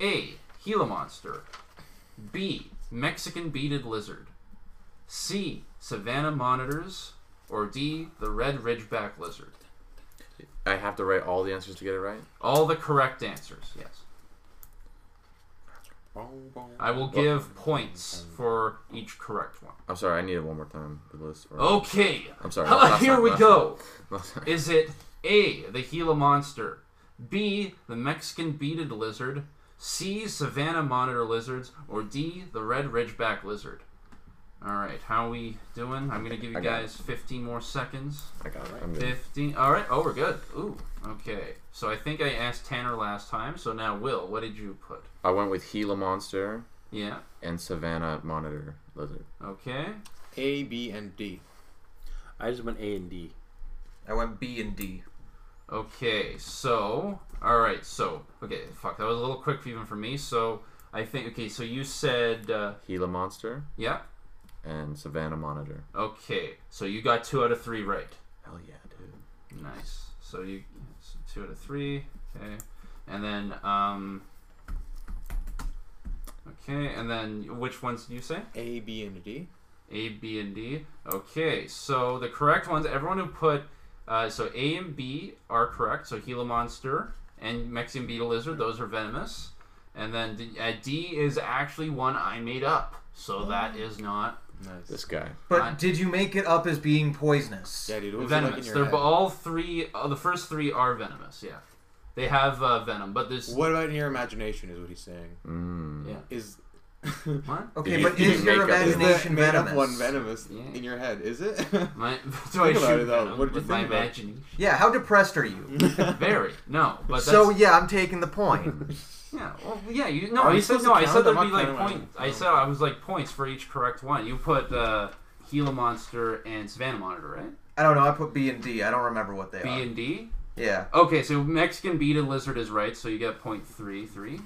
S2: A. Gila monster. B. Mexican beaded lizard. C. Savannah monitors. Or D. The red ridgeback lizard.
S6: I have to write all the answers to get it right.
S2: All the correct answers. Yes. I will give points
S6: um,
S2: for each correct one.
S6: I'm sorry. I need it one more time. The list. or-
S2: Okay.
S6: I'm sorry.
S2: Uh,
S6: last
S2: Oh, here
S6: time,
S2: we
S6: last
S2: go.
S6: time, last time.
S2: Is it A, the Gila monster, B, the Mexican beaded lizard, C, savanna monitor lizards, or D, the red ridgeback lizard? All right, how are we doing? I'm gonna give you
S6: I got
S2: guys 15 more seconds.
S6: I got it. I'm good.
S2: 15. All right. Oh, we're good. Ooh. Okay. So I think I asked Tanner last time. So now Will, what did you put?
S6: I went with Gila monster
S2: Yeah.
S6: and Savannah monitor lizard.
S2: Okay.
S5: A, B, and D.
S4: I just went A and D.
S3: I went B and D.
S2: Okay, so all right, so okay, fuck, that was a little quick even for me. So I think okay, so you said uh,
S6: Gila monster
S2: yeah,
S6: and Savannah monitor.
S2: okay, so you got two out of three right.
S6: Hell yeah, dude.
S2: Nice. So you so two out of three. Okay, and then um. Okay, and then which ones did you say?
S5: A, B, and D.
S2: A, B, and D. Okay, so the correct ones, everyone who put, uh, so A and B are correct. So Gila monster and Mexican beetle lizard, those are venomous. And then D, uh, D is actually one I made up. So that is not
S5: Nice.
S6: This guy.
S3: But
S2: Fine.
S3: did you make it up as being poisonous?
S5: yeah, dude. What was it like in
S2: venomous.
S5: your
S2: They're
S5: head?
S2: all three, uh, the first three are venomous, yeah. They have uh, venom, but this,
S5: What about in your imagination? Is what he's saying.
S6: Mm.
S2: yeah.
S5: Is
S2: What?
S3: Okay,
S6: Did
S3: but
S6: you- did
S3: is
S6: you
S3: your
S6: make up- is
S5: is that
S3: imagination
S5: made up
S3: venomous?
S5: one venomous
S2: Yeah.
S5: in your head? Is
S2: My,
S5: it?
S2: do I
S5: Think about
S2: shoot
S5: it, though.
S2: venom
S5: What did you
S2: with my
S5: think about it?
S2: imagination?
S3: Yeah, how depressed are you?
S2: Very. No, but that's,
S3: so yeah, I'm taking the point.
S2: Yeah, well, yeah, you no.
S5: Are
S2: I
S5: we
S2: said
S5: supposed
S2: no.
S5: to
S2: I
S5: count?
S2: said
S5: I'm
S2: there'd
S5: not
S2: be like
S5: counting
S2: point.
S5: mine.
S2: I said I was like points for each correct one. You put uh, Gila Monster and Savannah Monitor, right?
S3: I don't know. I put B and D. I don't remember what they
S2: B
S3: are.
S2: and D.
S3: Yeah,
S2: Okay, so Mexican beaded lizard is right, so you get point three three.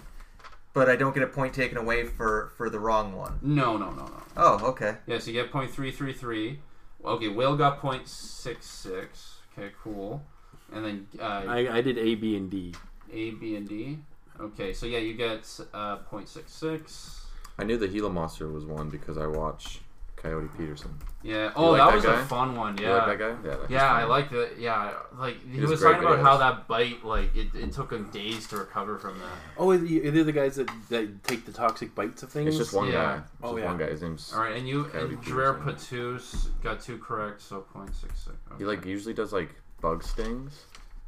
S3: but I don't get a point taken away for for the wrong one.
S2: No, no, no, no.
S3: Oh, okay.
S2: Yeah, so you get point three three three. Okay, Will got point six six. Okay, cool. And then uh,
S4: I, I did A, B, and D.
S2: A, B, and D. Okay, so yeah, you get uh, point six six.
S6: I knew the Gila monster was one because I watch Coyote Peterson.
S2: Yeah. Oh,
S6: like
S2: that,
S6: that
S2: was
S6: guy?
S2: a fun one.
S6: You
S2: Yeah.
S6: like that guy? Yeah. That
S2: Yeah, I like the yeah, like he
S6: does
S2: was
S6: great
S2: talking about how
S6: videos.
S2: that bite like it, it took him days to recover from that.
S4: Oh, they're the guys that, that take the toxic bites of things.
S6: It's just one
S2: Yeah.
S6: guy. It's
S4: Oh,
S6: just
S4: yeah.
S6: one guy. His name's.
S2: All right, and you
S6: Coyote
S2: and Gerard
S6: Peterson.
S2: put two, s- got two correct, so point six six.
S6: He like usually does like bug stings.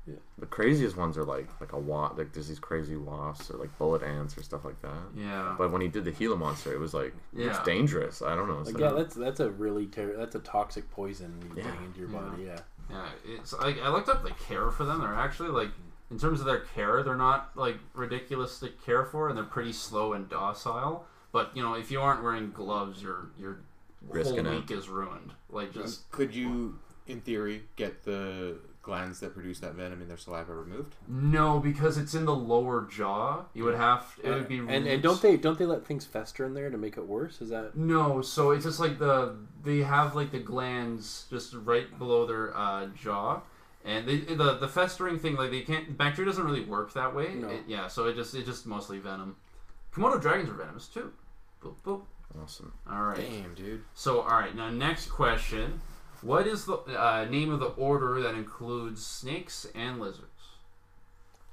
S4: Yeah.
S6: The craziest ones are like like a wa like there's these crazy wasps or like bullet ants or stuff like that.
S2: yeah,
S6: But when he did the Gila monster, it was like it's
S2: Yeah.
S6: dangerous. I don't know. It's
S4: Like,
S6: like-
S4: yeah, that's that's a really ter- that's a toxic poison you're
S6: Yeah.
S4: putting into your
S2: Yeah.
S4: body. Yeah.
S2: yeah. It's like I looked up the care for them. They're actually like in terms of their care, they're not like ridiculous to care for, and they're pretty slow and docile. But you know, if you aren't wearing gloves, your your
S6: Risking
S2: whole
S6: it.
S2: week is ruined. Like just
S5: Could you, in theory, get the glands that produce that venom in their saliva removed?
S2: no, because it's in the lower jaw. You would have it would be
S4: and and don't they don't they let things fester in there to make it worse? Is that
S2: No, so it's just like the they have like the glands just right below their uh, jaw, and they, the the festering thing like they can't bacteria doesn't really work that way.
S4: No.
S2: It- yeah, so it just it just mostly venom. Komodo dragons are venomous too. Boop boop.
S6: Awesome.
S2: All right.
S5: Damn, dude.
S2: So all right, now next question: What is the uh, name of the order that includes snakes and lizards?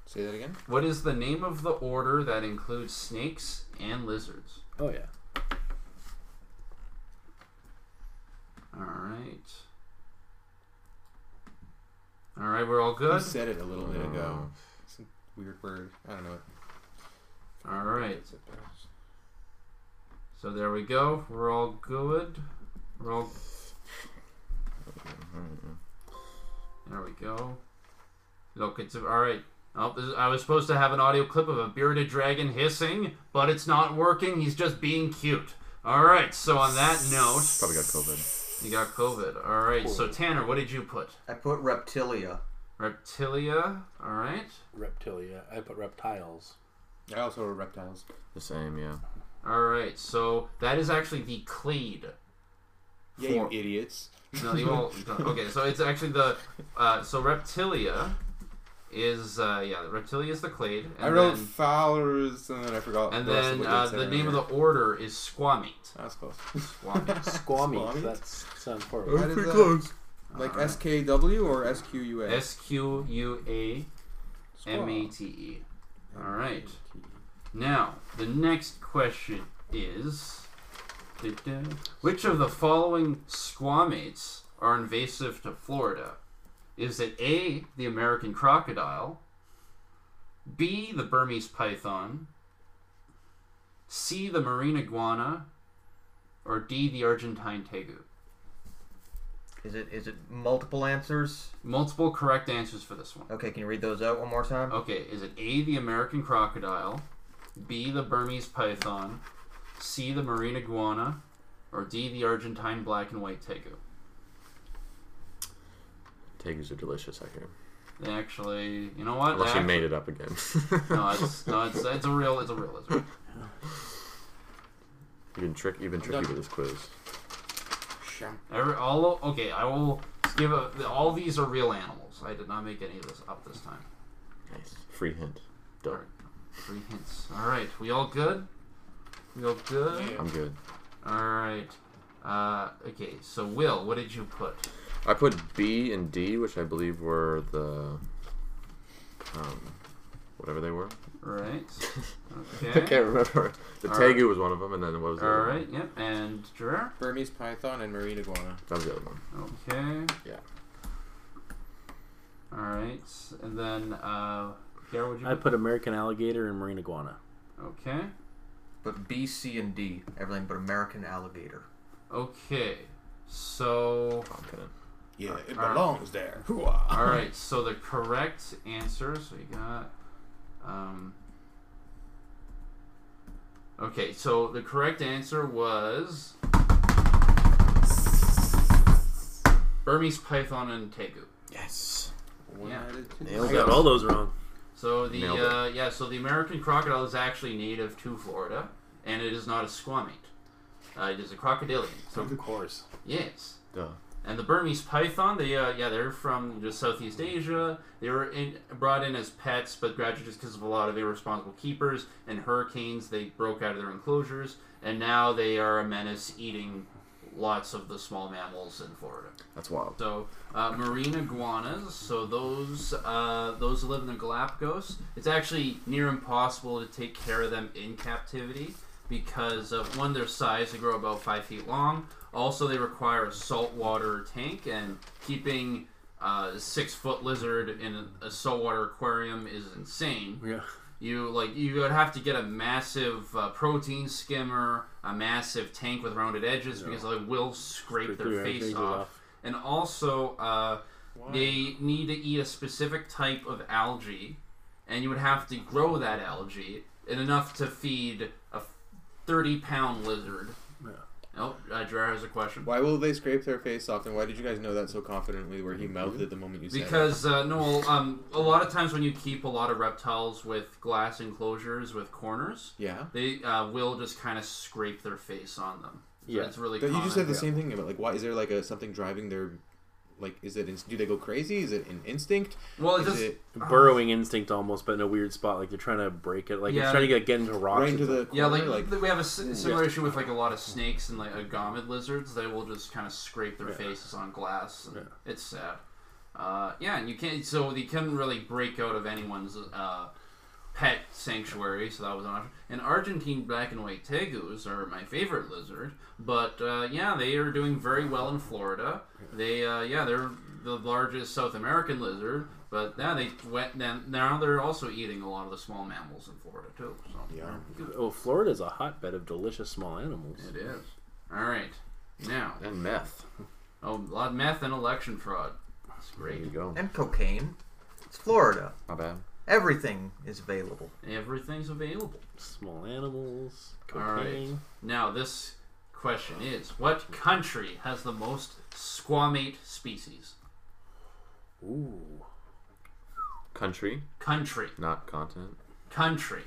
S5: Say that again.
S2: What is the name of the order that includes snakes and lizards?
S4: oh yeah
S2: All right. All right, we're all
S5: You
S2: good.
S5: said it a little bit ago. It's a weird word. I don't know.
S2: All right.
S5: It's a-
S2: So there we go. We're all good. We're all. There we go. Look, it's all right. Oh, this is- I was supposed to have an audio clip of a bearded dragon hissing, but it's not working. He's just being cute. All right. So on that note,
S6: Probably got COVID.
S2: you got COVID. All right. So Tanner, what did you put?
S3: I put reptilia.
S2: Reptilia. All right.
S4: reptilia. I put reptiles.
S5: I also wrote reptiles.
S6: The same, yeah.
S2: All right. So that is actually the clade.
S5: Yeah, you
S6: Four.
S5: idiots.
S2: No, you all. Okay, so it's actually the. Uh, so reptilia is uh, yeah, reptilia is the clade, and
S5: I wrote
S2: then,
S5: Fowler's and then I forgot.
S2: and
S5: the rest of
S2: then
S5: what
S2: uh,
S5: they said
S2: the name of the
S5: earlier.
S2: order is squamate.
S5: That's close.
S2: Squamate.
S4: Squammy.
S5: Squammy?
S4: That sounds horrible.
S5: Why does that- Like SKW or SQUA?
S2: S Q U A
S5: Squaw.
S2: M A T E. All right. Now the next question is, which of the following squamates are invasive to Florida? Is it A, the American crocodile, B, the Burmese python, C, the marine iguana, or D, the Argentine tegu?
S3: Is it is it multiple answers?
S2: Multiple correct answers for this one.
S3: Okay, can you read those out one more time?
S2: Okay, is it A, the American crocodile, B, the Burmese python, C, the marine iguana, or D, the Argentine black and white tegu?
S6: Tegus are delicious, I hear.
S2: They actually, you know what?
S6: Unless
S2: They
S6: you made
S2: actu-
S6: it up again.
S2: No, it's, no it's, it's a real, it's a real lizard.
S6: You've been, trick- you've been tricky with this quiz.
S2: Every, all, okay, I will give a, all these are real animals. I did not make any of this up this time.
S6: Nice. Free hint.
S2: All
S6: Dope.
S2: right, three hints. All right, we all good? We all good?
S6: I'm good.
S2: All right. Uh, okay, so Will, what did you put?
S6: I put B and D, which I believe were the. Um, whatever they were.
S2: Right.
S6: I
S2: Okay.
S6: can't remember. The
S2: All
S6: Tegu was one of them, and then what was the
S2: All
S6: other one?
S2: right. Yep. And Gerard.
S5: Burmese python and marine iguana.
S6: That was the other one.
S2: Okay.
S6: Yeah.
S2: All right. And then uh, Garrett, would you?
S4: I put American alligator and marine iguana.
S2: Okay.
S3: But B, C, and D. Everything but American alligator.
S2: Okay. So
S6: Confident.
S5: Yeah, it
S2: Alright.
S5: belongs there. Hooah.
S2: all right. So the correct answer. So you got. Um, okay. So the correct answer was Burmese python and tegu.
S6: Yes.
S5: One
S2: Yeah.
S5: added to-
S4: I got all those wrong.
S2: So the
S6: Nailed it.
S2: uh, yeah, so the American crocodile is actually native to Florida, and it is not a squamate. Uh, it is a crocodilian. So
S4: Of course.
S2: yes,
S6: Duh.
S2: and the Burmese python, they uh, yeah, they're from just Southeast Asia. They were in, brought in as pets, but gradually, just because of a lot of irresponsible keepers and hurricanes, they broke out of their enclosures, and now they are a menace, eating lots of the small mammals in Florida.
S6: That's wild.
S2: So uh, marine iguanas. So those uh, those who live in the Galapagos. It's actually near impossible to take care of them in captivity because of one their size. They grow about five feet long. Also, they require a saltwater tank, and keeping uh, a six foot lizard in a saltwater aquarium is insane
S4: Yeah.
S2: you like you would have to get a massive uh, protein skimmer, a massive tank with rounded edges because they will scrape
S4: Scrape
S2: their
S4: their
S2: face
S4: faces
S2: off.
S4: off.
S2: And also, uh, They need to eat a specific type of algae, and you would have to grow that algae and enough to feed a thirty-pound lizard. Oh, uh, Gerard has a question.
S5: Why will they scrape their face off? And why did you guys know that so confidently? Where he mouthed it the moment you said it.
S2: Because uh, no, um, a lot of times when you keep a lot of reptiles with glass enclosures with corners,
S5: Yeah.
S2: they uh, will just kind of scrape their face on them.
S4: Yeah.
S2: it's really.
S5: But you just
S2: common.
S5: said the same thing about like why is there like a something driving their like is it ins- do they go crazy? Is it an instinct?
S2: Well, it
S5: is
S2: just
S5: it
S4: burrowing instinct almost, but in a weird spot. Like they're trying to break it. Like
S2: Yeah.
S4: it's trying to get, get into rocks.
S5: right into the
S2: yeah,
S5: corner?
S2: like, we have a s- similar issue with like a lot of snakes and like agamid lizards. They will just kind of scrape their faces on glass. And It's sad. Uh, yeah, and you can't. So they couldn't really break out of anyone's uh, pet sanctuary. So that was an option. And Argentine black and white tegus are my favorite lizard. But uh, yeah, they are doing very well in Florida. They uh, yeah, they're the largest South American lizard. But now they went. Then now they're also eating a lot of the small mammals in Florida too. So
S5: Yeah.
S4: Oh, Florida's a hotbed of delicious small animals.
S2: it is. All right. Now,
S6: And meth.
S2: oh, a lot of meth and election fraud. That's
S6: There you
S2: great.
S6: go.
S3: And cocaine. It's Florida.
S6: Not bad.
S3: Everything is available.
S2: Everything's available.
S4: Small animals.
S2: All right.
S4: Cocaine.
S2: Now, this question is what country has the most squamate species?
S4: Ooh.
S6: Country,
S2: Country.
S6: not continent.
S2: Country.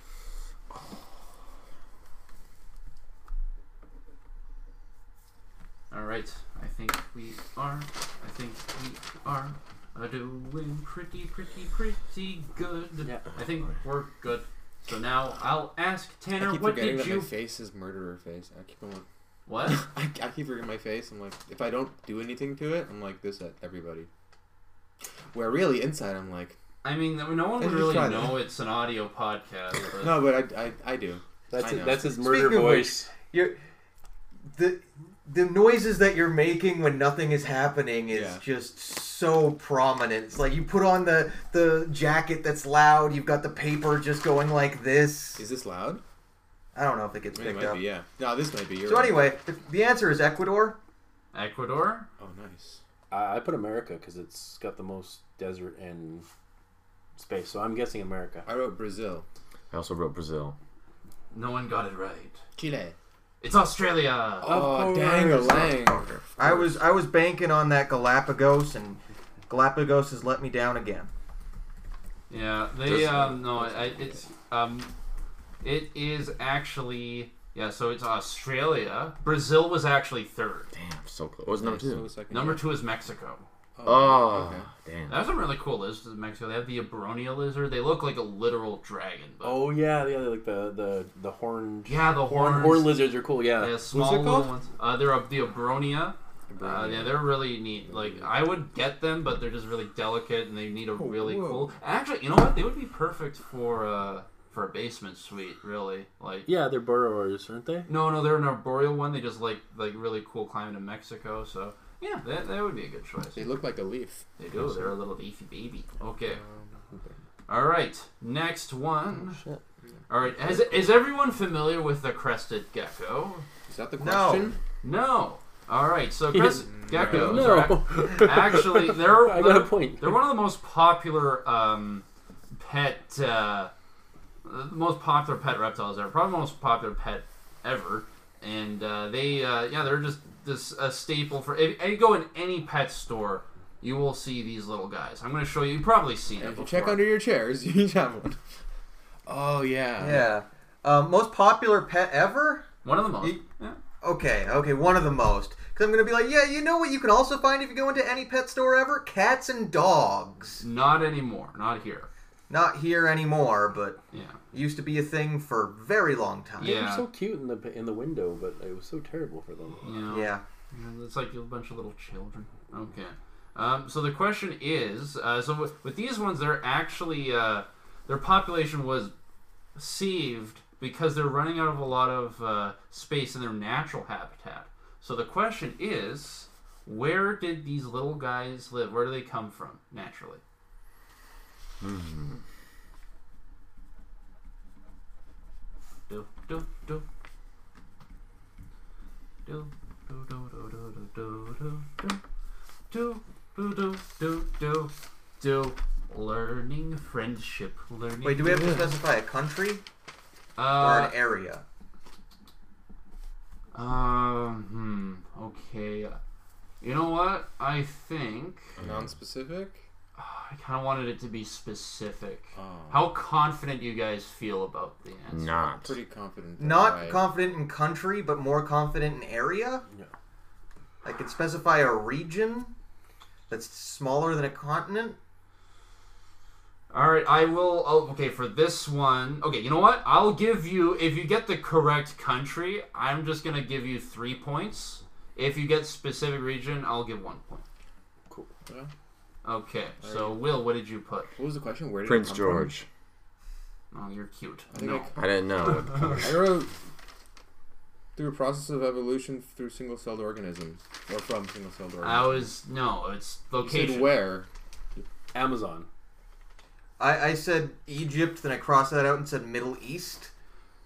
S2: All right. I think we are. I think we are. uh, Doing pretty, pretty, pretty good.
S4: Yeah.
S2: I think we're good. So now I'll ask
S5: I
S2: Tanner,
S5: keep
S2: what
S5: forgetting
S2: did
S5: that
S2: you?
S5: my face is murderer face. I keep on like,
S2: What?
S5: I, I keep forgetting my face. I'm like, if I don't do anything to it, I'm like this at everybody. Where really inside, I'm like,
S2: I mean, no one
S5: Let's
S2: would
S5: just
S2: really
S5: try that.
S2: know it's an audio podcast. But
S5: no, but I, I, I do.
S4: That's
S5: I
S4: his,
S5: know.
S4: that's his
S3: Speaking
S4: murder
S3: of
S4: voice.
S3: You're the the noises that you're making when nothing is happening is
S5: Yeah.
S3: just so prominent. It's like you put on the the jacket that's loud. You've got the paper just going like this.
S5: Is this loud?
S3: I don't know if it gets
S5: I mean, it
S3: picked
S5: might
S3: up.
S5: be. Yeah. No, this might be. You're
S3: So
S5: right.
S3: anyway, the, the answer is Ecuador.
S2: Ecuador.
S5: Oh, nice.
S4: I I put America because it's got the most desert and space. So I'm guessing America.
S5: I wrote Brazil,
S6: I also wrote Brazil.
S2: No one got it right.
S5: Chile.
S2: It's Australia.
S5: Oh, dang a lang.
S3: I was I was banking on that Galapagos, and Galapagos has let me down again.
S2: Yeah, they
S6: Just-
S2: um no, I, it's um, it is actually yeah. So it's Australia. Brazil was actually third.
S6: Damn, so close. What was number two?
S2: Number two Ah. is Mexico.
S6: Oh,
S5: okay.
S6: damn.
S2: That's a really cool lizard in Mexico. They have the abronia lizard. They look like a literal dragon. But
S4: Oh yeah, yeah, like the the the horned
S2: yeah, the
S4: horn
S2: horns.
S4: horn lizards are cool. Yeah.
S2: Yeah, small
S5: it
S2: little
S5: called?
S2: ones. Uh, they're a, the abronia. Uh,
S5: Abronia.
S2: yeah, they're really neat. Like I would get them, but they're just really delicate, and they need a really
S5: Oh, whoa.
S2: cool. Actually, you know what? They would be perfect for uh, for a basement suite. Really, like
S4: Yeah, they're burrowers, aren't they?
S2: no, no, they're an arboreal one. They just like like really cool climate in Mexico. So yeah, that, that would be a good choice.
S5: They look like a leaf.
S2: They do. They're a little leafy baby. Okay. All right. Next one. All right. Has, is everyone familiar with the crested gecko?
S5: Is that the
S3: No.
S5: question?
S2: No. All right. So crested geckos. are ac-
S4: No.
S2: Actually, they're
S4: I got a
S2: they're-
S4: point.
S2: They're one of the most popular um, pet, uh, the most popular pet reptiles ever. Probably the most popular pet ever. And uh, they, uh, yeah, they're just this a staple for. If, if you go in any pet store, you will see these little guys. I'm going to show you. You've probably seen
S5: And
S2: it.
S5: if you
S2: Before.
S5: check under your chairs, you each have one. Oh yeah.
S3: Yeah, um, most popular pet ever.
S2: One of the most.
S3: You-
S2: Yeah.
S3: Okay, okay, one of the most. Because I'm gonna be like, yeah, you know what? You can also find if you go into any pet store ever, cats and dogs.
S2: Not anymore. Not here.
S3: Not here anymore, but
S2: Yeah.
S3: used to be a thing for a very long time.
S2: Yeah.
S4: They were so cute in the in the window, but it was so terrible for them.
S2: Yeah.
S3: Yeah.
S2: Yeah, It's like a bunch of little children. Okay. Um, so the question is, uh, so with, with these ones, they're actually uh, their population was saved because they're running out of a lot of uh, space in their natural habitat. So the question is, where did these little guys live? Where do they come from naturally?
S3: Hmm.
S2: Do, do, do. Do, do, do, do, do, do, do, do, do, Do do do do do. Learning friendship. Learning.
S3: Wait, do we have to specify a country or
S2: Uh,
S3: an area?
S2: um. Hmm. Okay. You know what? I think
S5: Non-specific.
S2: I kind of wanted it to be specific.
S5: Oh,
S2: How confident you guys feel about the answer?
S6: Not.
S5: pretty confident. that
S3: Not
S5: I-
S3: confident in country, but more confident in area.
S4: Yeah.
S3: I could specify a region that's smaller than a continent.
S2: All right, I will. Oh, okay, for this one. Okay, you know what? I'll give you if you get the correct country. I'm just gonna give you three points. If you get specific region, I'll give one point.
S4: Cool.
S5: Yeah.
S2: Okay, so Will, what did you put?
S5: What was the question? Where did it
S6: Prince
S5: come
S6: George.
S2: Oh, you're cute.
S5: From? I
S2: No.
S5: think
S6: I didn't know.
S5: I, I wrote through a process of evolution through single-celled organisms, or from single-celled
S2: I
S5: organisms.
S2: was no. It's
S5: You said
S2: location.
S5: where?
S4: Amazon.
S3: I, I said Egypt, then I crossed that out and said Middle East.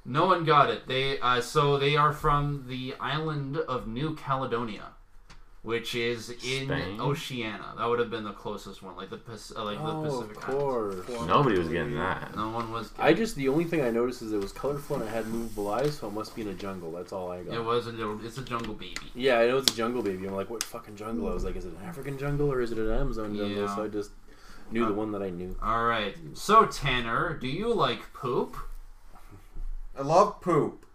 S2: No one got it. They uh, so they are from the island of New Caledonia, which is in
S6: Spain?
S2: Oceania. That would have been the closest one, like the Pac- uh, like the
S4: Oh, of
S2: Pacific. Islands.
S4: course.
S6: Nobody was getting that.
S2: No one was.
S4: I just the only thing I noticed is it was colorful and it had movable eyes, so it must be in a jungle. That's all I got.
S2: It was a, it's a jungle baby.
S4: yeah, I know it's a jungle baby. I'm like, what fucking jungle? I was like, is it an African jungle or is it an Amazon jungle?
S2: Yeah. Uh,
S4: So I just knew the one that I knew.
S2: All right. So Tanner, do you like poop?
S3: I love poop.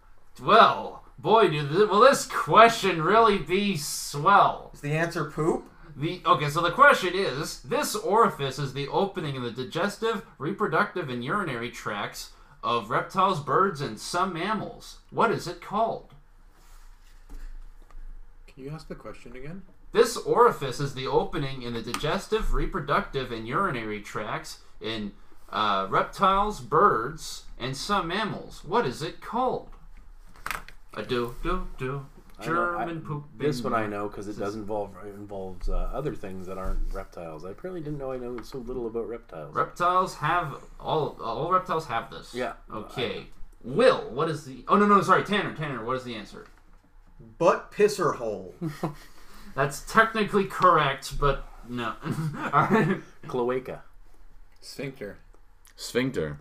S2: Well, boy, do th- will this question really be swell.
S3: Is the answer poop?
S2: The okay, so the question is: This orifice is the opening in the digestive, reproductive, and urinary tracts of reptiles, birds, and some mammals. What is it called?
S5: Can you ask the question again?
S2: This orifice is the opening in the digestive, reproductive, and urinary tracts in uh, reptiles, birds, and some mammals. What is it called? A do do do.
S4: I know- I-
S2: German poop.
S4: This one I know because it does involve involves uh, other things that aren't reptiles. I apparently didn't know I know so little about reptiles.
S2: Reptiles have all. All reptiles have this.
S4: Yeah.
S2: Okay. Will, what is the? Oh no no sorry Tanner Tanner what is the answer?
S3: Butt pisser hole.
S2: That's technically correct, but no. all right.
S4: Cloaca.
S5: Sphincter.
S6: Sphincter.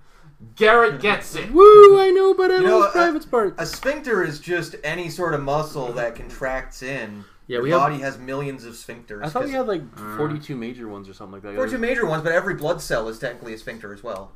S2: Garrett gets it.
S4: Woo! I know, but I
S3: know, uh,
S4: private part.
S3: A sphincter is just any sort of muscle that contracts in.
S4: Yeah,
S3: Your
S4: we have-
S3: body has millions of sphincters.
S4: I thought we
S3: 'cause-
S4: had like 42 major ones or something like that.
S3: There are two major ones, but every blood cell is technically a sphincter as well.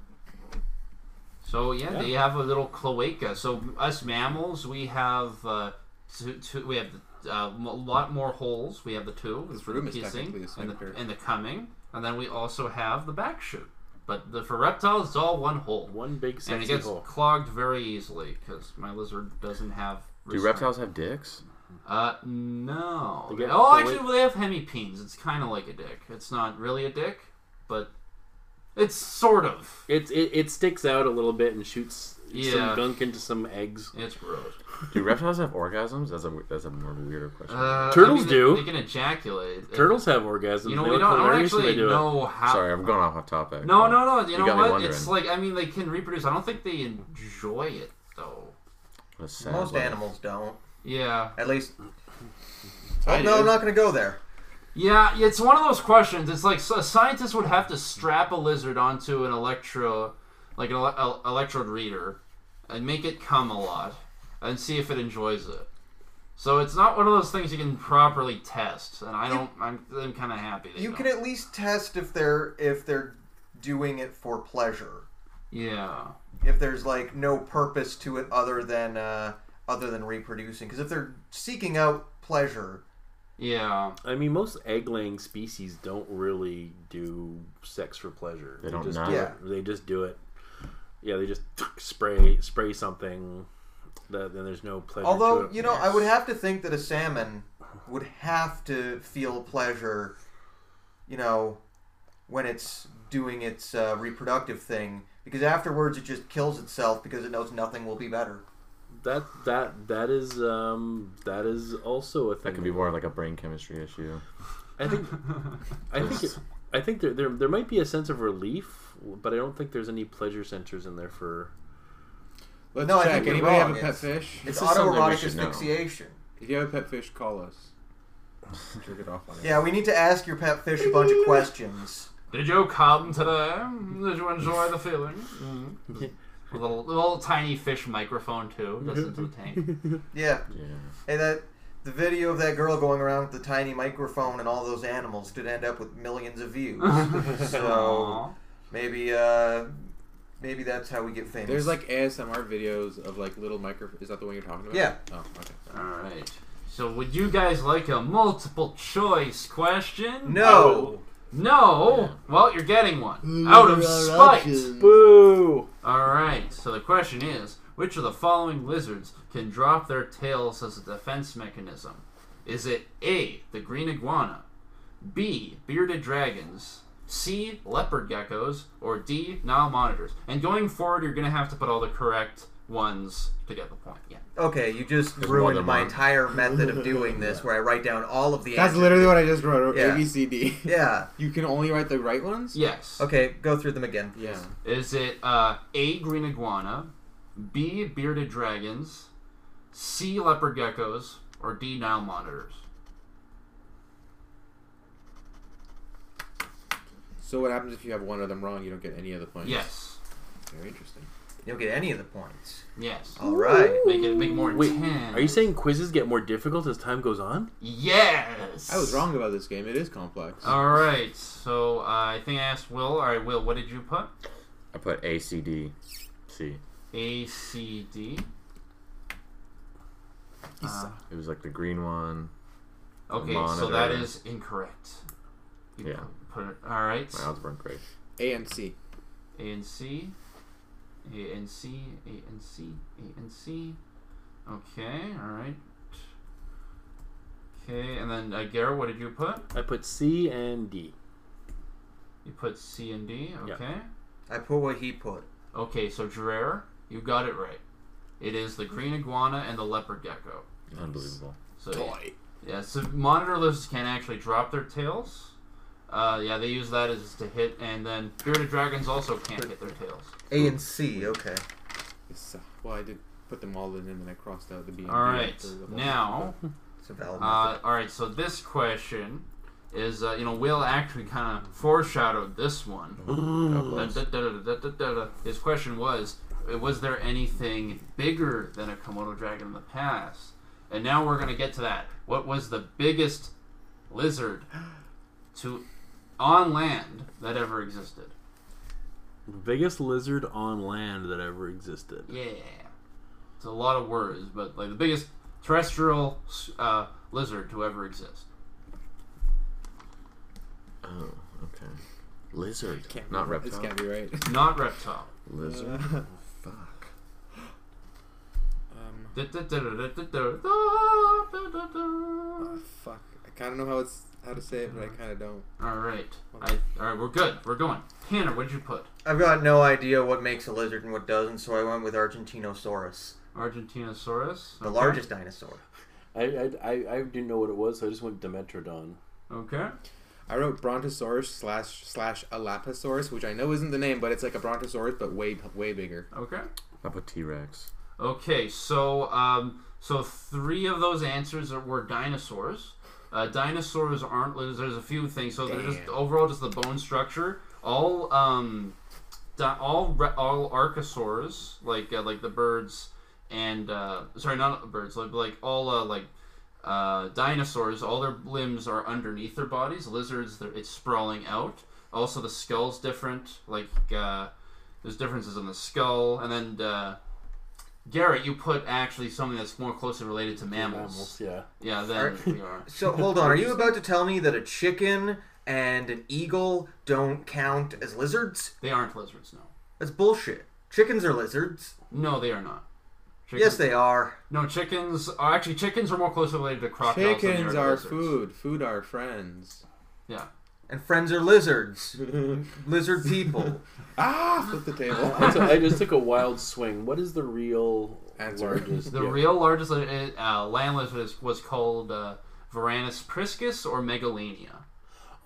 S2: So yeah,
S4: Yeah.
S2: they have a little cloaca. So us mammals, we have uh, two, two, we have a uh, m- lot more holes. We have the two
S5: This
S2: for
S5: room
S2: the
S5: is
S2: kissing
S5: technically a
S2: and the,
S5: sphincter.
S2: and the coming, and then we also have the back chute. But the, for reptiles, it's all one hole,
S4: One big
S2: and it
S4: sexy
S2: gets
S4: hole.
S2: clogged very easily because my lizard doesn't have.
S6: Do
S2: restraint.
S6: reptiles have dicks?
S2: Uh, no.
S4: They get
S2: oh,
S4: cloaca-
S2: actually, well, they have hemipenes. It's kind of like a dick. It's not really a dick, but it's sort of.
S4: It, it it sticks out a little bit and shoots
S2: Yeah.
S4: some gunk into some eggs.
S2: It's gross.
S6: Do reptiles have orgasms? That's a we- that's a more weirder question.
S2: Uh, I
S4: Turtles
S2: mean,
S4: do.
S2: They, they can ejaculate.
S4: Turtles have orgasms.
S2: You know,
S4: they
S2: we
S4: look
S2: don't, I don't
S4: hilarious when
S2: actually
S4: they do it.
S2: know how.
S6: Sorry, I'm going off off topic.
S2: No, no, no. You,
S6: You
S2: know
S6: got me
S2: what?
S6: wondering.
S2: It's like I mean, they can reproduce. I don't think they enjoy it though.
S6: That's sad,
S3: Most
S6: but-
S3: animals don't.
S2: Yeah,
S3: At least. Oh,
S5: I
S3: no,
S5: do.
S3: I'm not going to go there.
S2: yeah. It's one of those questions. It's like so a scientist would have to strap a lizard onto an electro, like an ele- el- electrode reader, and make it come a lot, and see if it enjoys it. So it's not one of those things you can properly test, and I don't. I'm, I'm kind of happy. They
S3: You
S2: don't.
S3: can at least test if they're if they're doing it for pleasure.
S2: Yeah.
S3: If there's like no purpose to it other than uh, other than reproducing, because if they're seeking out pleasure,
S2: Yeah.
S4: I mean, most egg-laying species don't really do sex for pleasure.
S6: They don't
S4: just
S6: know.
S4: do
S3: Yeah.
S4: it. They just do it. Yeah, they just spray spray something. That, then there's no pleasure. to
S3: Although
S4: it.
S3: you know, I would have to think that a salmon would have to feel pleasure, you know, when it's doing its uh, reproductive thing, because afterwards it just kills itself because it knows nothing will be better.
S4: that that that is um that is also a thing.
S6: That could be more like a brain chemistry issue.
S4: I think I think it, I think there, there there might be a sense of relief, but I don't think there's any pleasure centers in there for.
S5: Let's
S3: No, I
S5: check.
S3: think you're
S5: Anybody have
S3: wrong.
S5: a pet
S3: It's-
S5: fish?
S3: It's
S6: This is something we
S3: autoerotic
S6: should know.
S3: asphyxiation.
S5: If you have a pet fish, call us. Jerk it off on it.
S3: Yeah, we need to ask your pet fish a bunch of questions.
S2: Did you come today? Did you enjoy the feeling? Mm-hmm. A little, little tiny fish microphone too. That's into the tank.
S3: Yeah.
S6: Yeah.
S3: Hey, that the video of that girl going around with the tiny microphone and all those animals did end up with millions of views. so
S2: Aw.
S3: maybe, uh, maybe that's how we get famous.
S5: There's like ASMR videos of like little micro. Is that the one you're talking about?
S3: Yeah.
S5: Oh, okay.
S2: All right. So would you guys like a multiple choice question?
S3: no.
S2: No. Well, you're getting one out of spite.
S4: Boo!
S2: All right. So the question is, which of the following lizards can drop their tails as a defense mechanism? Is it A, the green iguana, B, bearded dragons, C, leopard geckos, or D, Nile monitors? And going forward, you're going to have to put all the correct ones to get the point. Yeah.
S3: Okay, you just
S6: There's more
S3: ruined
S6: than
S3: my
S6: one.
S3: entire method of doing this, where I write down all of the.
S5: That's
S3: answers.
S5: literally what I just wrote.
S3: Yeah.
S5: A B C D.
S3: Yeah.
S5: You can only write the right ones.
S2: Yes.
S3: Okay, go through them again.
S5: Yeah.
S2: Is it uh, A, green iguana, B, bearded dragons, C, leopard geckos, or D, Nile monitors?
S5: So what happens if you have one of them wrong? You don't get any of the points.
S2: Yes.
S5: Very interesting.
S3: You'll get any of the points.
S2: Yes.
S3: All right.
S2: Make it make it more
S4: Wait,
S2: intense.
S4: are you saying quizzes get more difficult as time goes on?
S2: Yes.
S5: I was wrong about this game. It is complex.
S2: All right. So uh, I think I asked Will. All right, Will, what did you put?
S6: I put A C D C.
S2: A C D. Uh,
S6: It was like the green one.
S2: okay, so that
S6: Monitor.
S2: is incorrect. You
S6: Yeah.
S2: pu- Put it. All right.
S6: My odds weren't great.
S5: A and C.
S2: A and C. A and C. A and C. A and C. Okay. All right. Okay, and then uh, Garrett, what did you put?
S4: I put C and D.
S2: You put C and D.
S4: Yeah.
S2: Okay.
S3: I put what he put.
S2: Okay, so Gerard, you got it right. It is the green iguana and the leopard gecko.
S6: Unbelievable.
S2: So yeah, so monitor lizards can actually drop their tails. Uh, yeah, they use that as to hit, and then bearded dragons also can't hit their tails.
S3: A and C. Okay.
S5: It's, uh, well, I did put them all in and then I crossed out the B. and
S2: All
S5: D
S2: right,
S5: after the whole-
S2: now,
S3: It's a valid method.
S2: uh, all right. So this question is, uh, you know, Will actually kind of foreshadowed this one. Da- da- da- da- da- da- da- da. His question was, uh, was there anything bigger than a Komodo dragon in the past? And now we're going to get to that. What was the biggest lizard to on land that ever existed?
S4: Biggest lizard on land that ever existed.
S2: Yeah, it's a lot of words, but like the biggest terrestrial s- uh, lizard to ever exist.
S6: Oh, okay. Lizard.
S5: Can't
S6: Not
S5: be- This
S6: reptile.
S5: can't be right.
S2: Not reptile.
S6: Lizard. Oh,
S5: Uh,
S6: Fuck.
S5: um,
S2: Da- da- da- da- da- da- da- da- da- da- da.
S5: oh, fuck. I kind of know how it's how to say it, but I kind of don't.
S2: All right, I, all right, we're good. We're going. Tanner, what'd you put?
S3: I've got no idea what makes a lizard and what doesn't, so I went with Argentinosaurus,
S2: Argentinosaurus.
S3: the
S2: okay.
S3: largest dinosaur.
S4: I, I, I, I didn't know what it was, so I just went Dimetrodon.
S2: Okay.
S5: I wrote Brontosaurus slash slash Elapasaurus, which I know isn't the name, but it's like a Brontosaurus, but way way bigger.
S2: Okay.
S6: I put T Rex.
S2: Okay. So, um, so three of those answers are, were dinosaurs. Uh, dinosaurs aren't lizards. There's a few things. So they're just
S5: Damn.
S2: overall just the bone structure. All um, di- all re- all archosaurs like uh, like the birds and uh, sorry not the birds like like all uh, like uh, dinosaurs all their limbs are underneath their bodies lizards they're, it's sprawling out also the skull's different like uh, there's differences in the skull and then uh, Garrett you put actually something that's more closely related to mammals,
S4: Mammals, yeah.
S2: yeah then we are
S3: So hold on, are you about to tell me that a chicken and an eagle don't count as lizards?
S2: they aren't lizards no
S3: That's bullshit. Chickens are lizards.
S2: no they are not
S3: Yes, they are.
S2: No, chickens are actually chickens are more closely related to crocodiles. than they
S5: Chickens
S2: to
S5: are
S2: lizards.
S5: food. Food are friends.
S2: Yeah.
S3: And friends are lizards. Lizard people.
S5: Ah, flip the table.
S4: So I just took a wild swing. What is the real
S5: Answer.
S4: largest?
S2: The
S4: yeah.
S2: real largest li- uh, land lizard is, was called uh, Varanus priscus or Megalenia.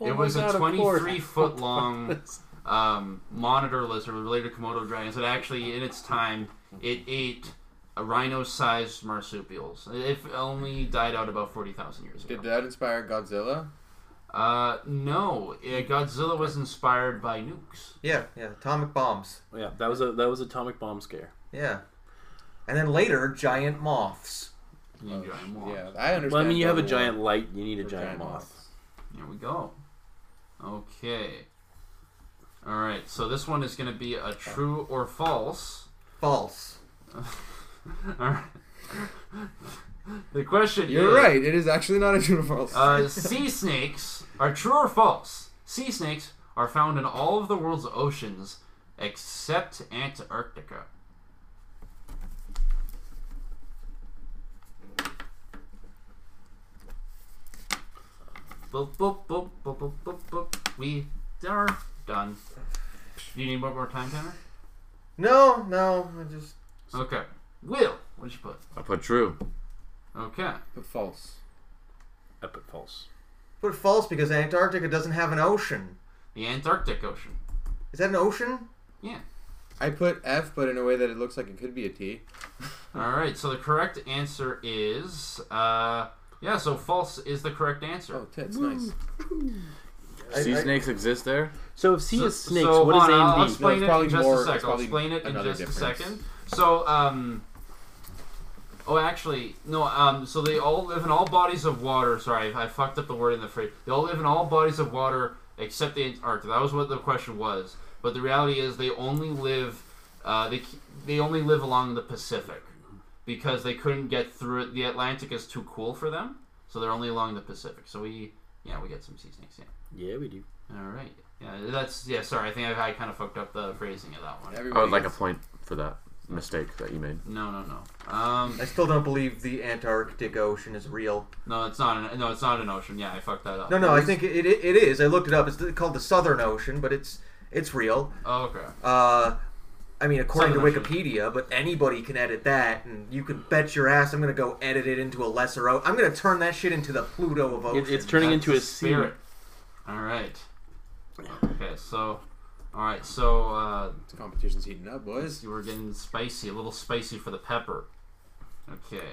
S4: Oh
S2: it
S4: my
S2: was
S4: God,
S2: a
S4: of course.
S2: 23 foot long um, monitor lizard related to Komodo dragons. It actually, in its time, it ate a rhino-sized marsupials. If only died out about forty thousand years ago.
S5: Did that inspire Godzilla?
S2: Uh, no, eh, Godzilla was inspired by nukes.
S3: Yeah, yeah, atomic bombs.
S4: Yeah, that was a that was atomic bomb scare.
S3: Yeah. And then later, giant moths.
S2: You need giant moths.
S5: Yeah, I understand.
S4: Well, I mean, you have a
S5: global
S4: giant light, you need a
S5: warming for
S4: giant moth.
S5: moths.
S2: Here we go. Okay. All right. So this one is going to be a true or false.
S3: False.
S2: All right. the question
S5: You're
S2: is,
S5: right. It is actually not a uniform.
S2: Uh, sea snakes are true or false? Sea snakes are found in all of the world's oceans except Antarctica. Boop, boop, boop, boop, boop, boop, boop. We are done. Do you need one more time, Tanner?
S3: No, no, I just
S2: Okay. Will, what'd you put?
S6: I put true.
S2: Okay.
S5: but false.
S4: I put false.
S3: put false because Antarctica doesn't have an ocean.
S2: The Antarctic Ocean.
S3: Is that an ocean?
S2: Yeah.
S5: I put F, but in a way that it looks like it could be a T.
S2: All right, so the correct answer is uh yeah, so false is the correct answer.
S5: Oh, tits, nice.
S3: I-
S6: Sea
S3: I-
S6: snakes exist there.
S4: So if sea
S2: so,
S4: is snakes,
S2: so
S4: what is
S2: hold on,
S4: A
S2: I'll
S4: and B?
S2: explain
S5: No, it's
S2: it
S5: probably
S2: in just
S5: more-
S2: a
S5: it's
S2: second. I'll
S5: probably
S2: explain it in
S5: another
S2: just a
S5: difference.
S2: second. So um Oh, actually, no. Um, so they all live in all bodies of water. Sorry, I fucked up the word in the phrase. They all live in all bodies of water except the Antarctic. That was what the question was. But the reality is, they only live. Uh, they they only live along the Pacific because they couldn't get through it. The Atlantic is too cool for them, so they're only along the Pacific. So we, yeah, we get some sea snakes. Yeah.
S4: Yeah, we do.
S2: All right. Yeah, that's yeah. Sorry, I think I, I kind of fucked up the phrasing of that one.
S5: Everybody
S6: I would Oh, like a
S5: gets-
S6: point for that mistake that you made.
S2: No, no, no. Um,
S3: I still don't believe the Antarctic Ocean is real.
S2: no, it's not. An, no, it's not an ocean. Yeah, I fucked that up.
S3: No, no, I think it, it, it is. I looked it up. It's called the Southern Ocean, but it's it's real.
S2: Oh, okay.
S3: Uh, I mean, according
S2: Southern
S3: to Wikipedia, but anybody can edit that, and you can bet your ass I'm gonna go edit it into a lesser o. I'm gonna turn that shit into the Pluto of ocean.
S4: It, it's turning
S2: That's
S4: into a
S2: the
S4: sea.
S2: spirit. All right. Okay, so, all right, so uh,
S5: The competition's heating up, boys.
S2: you were getting spicy, a little spicy for the pepper. Okay.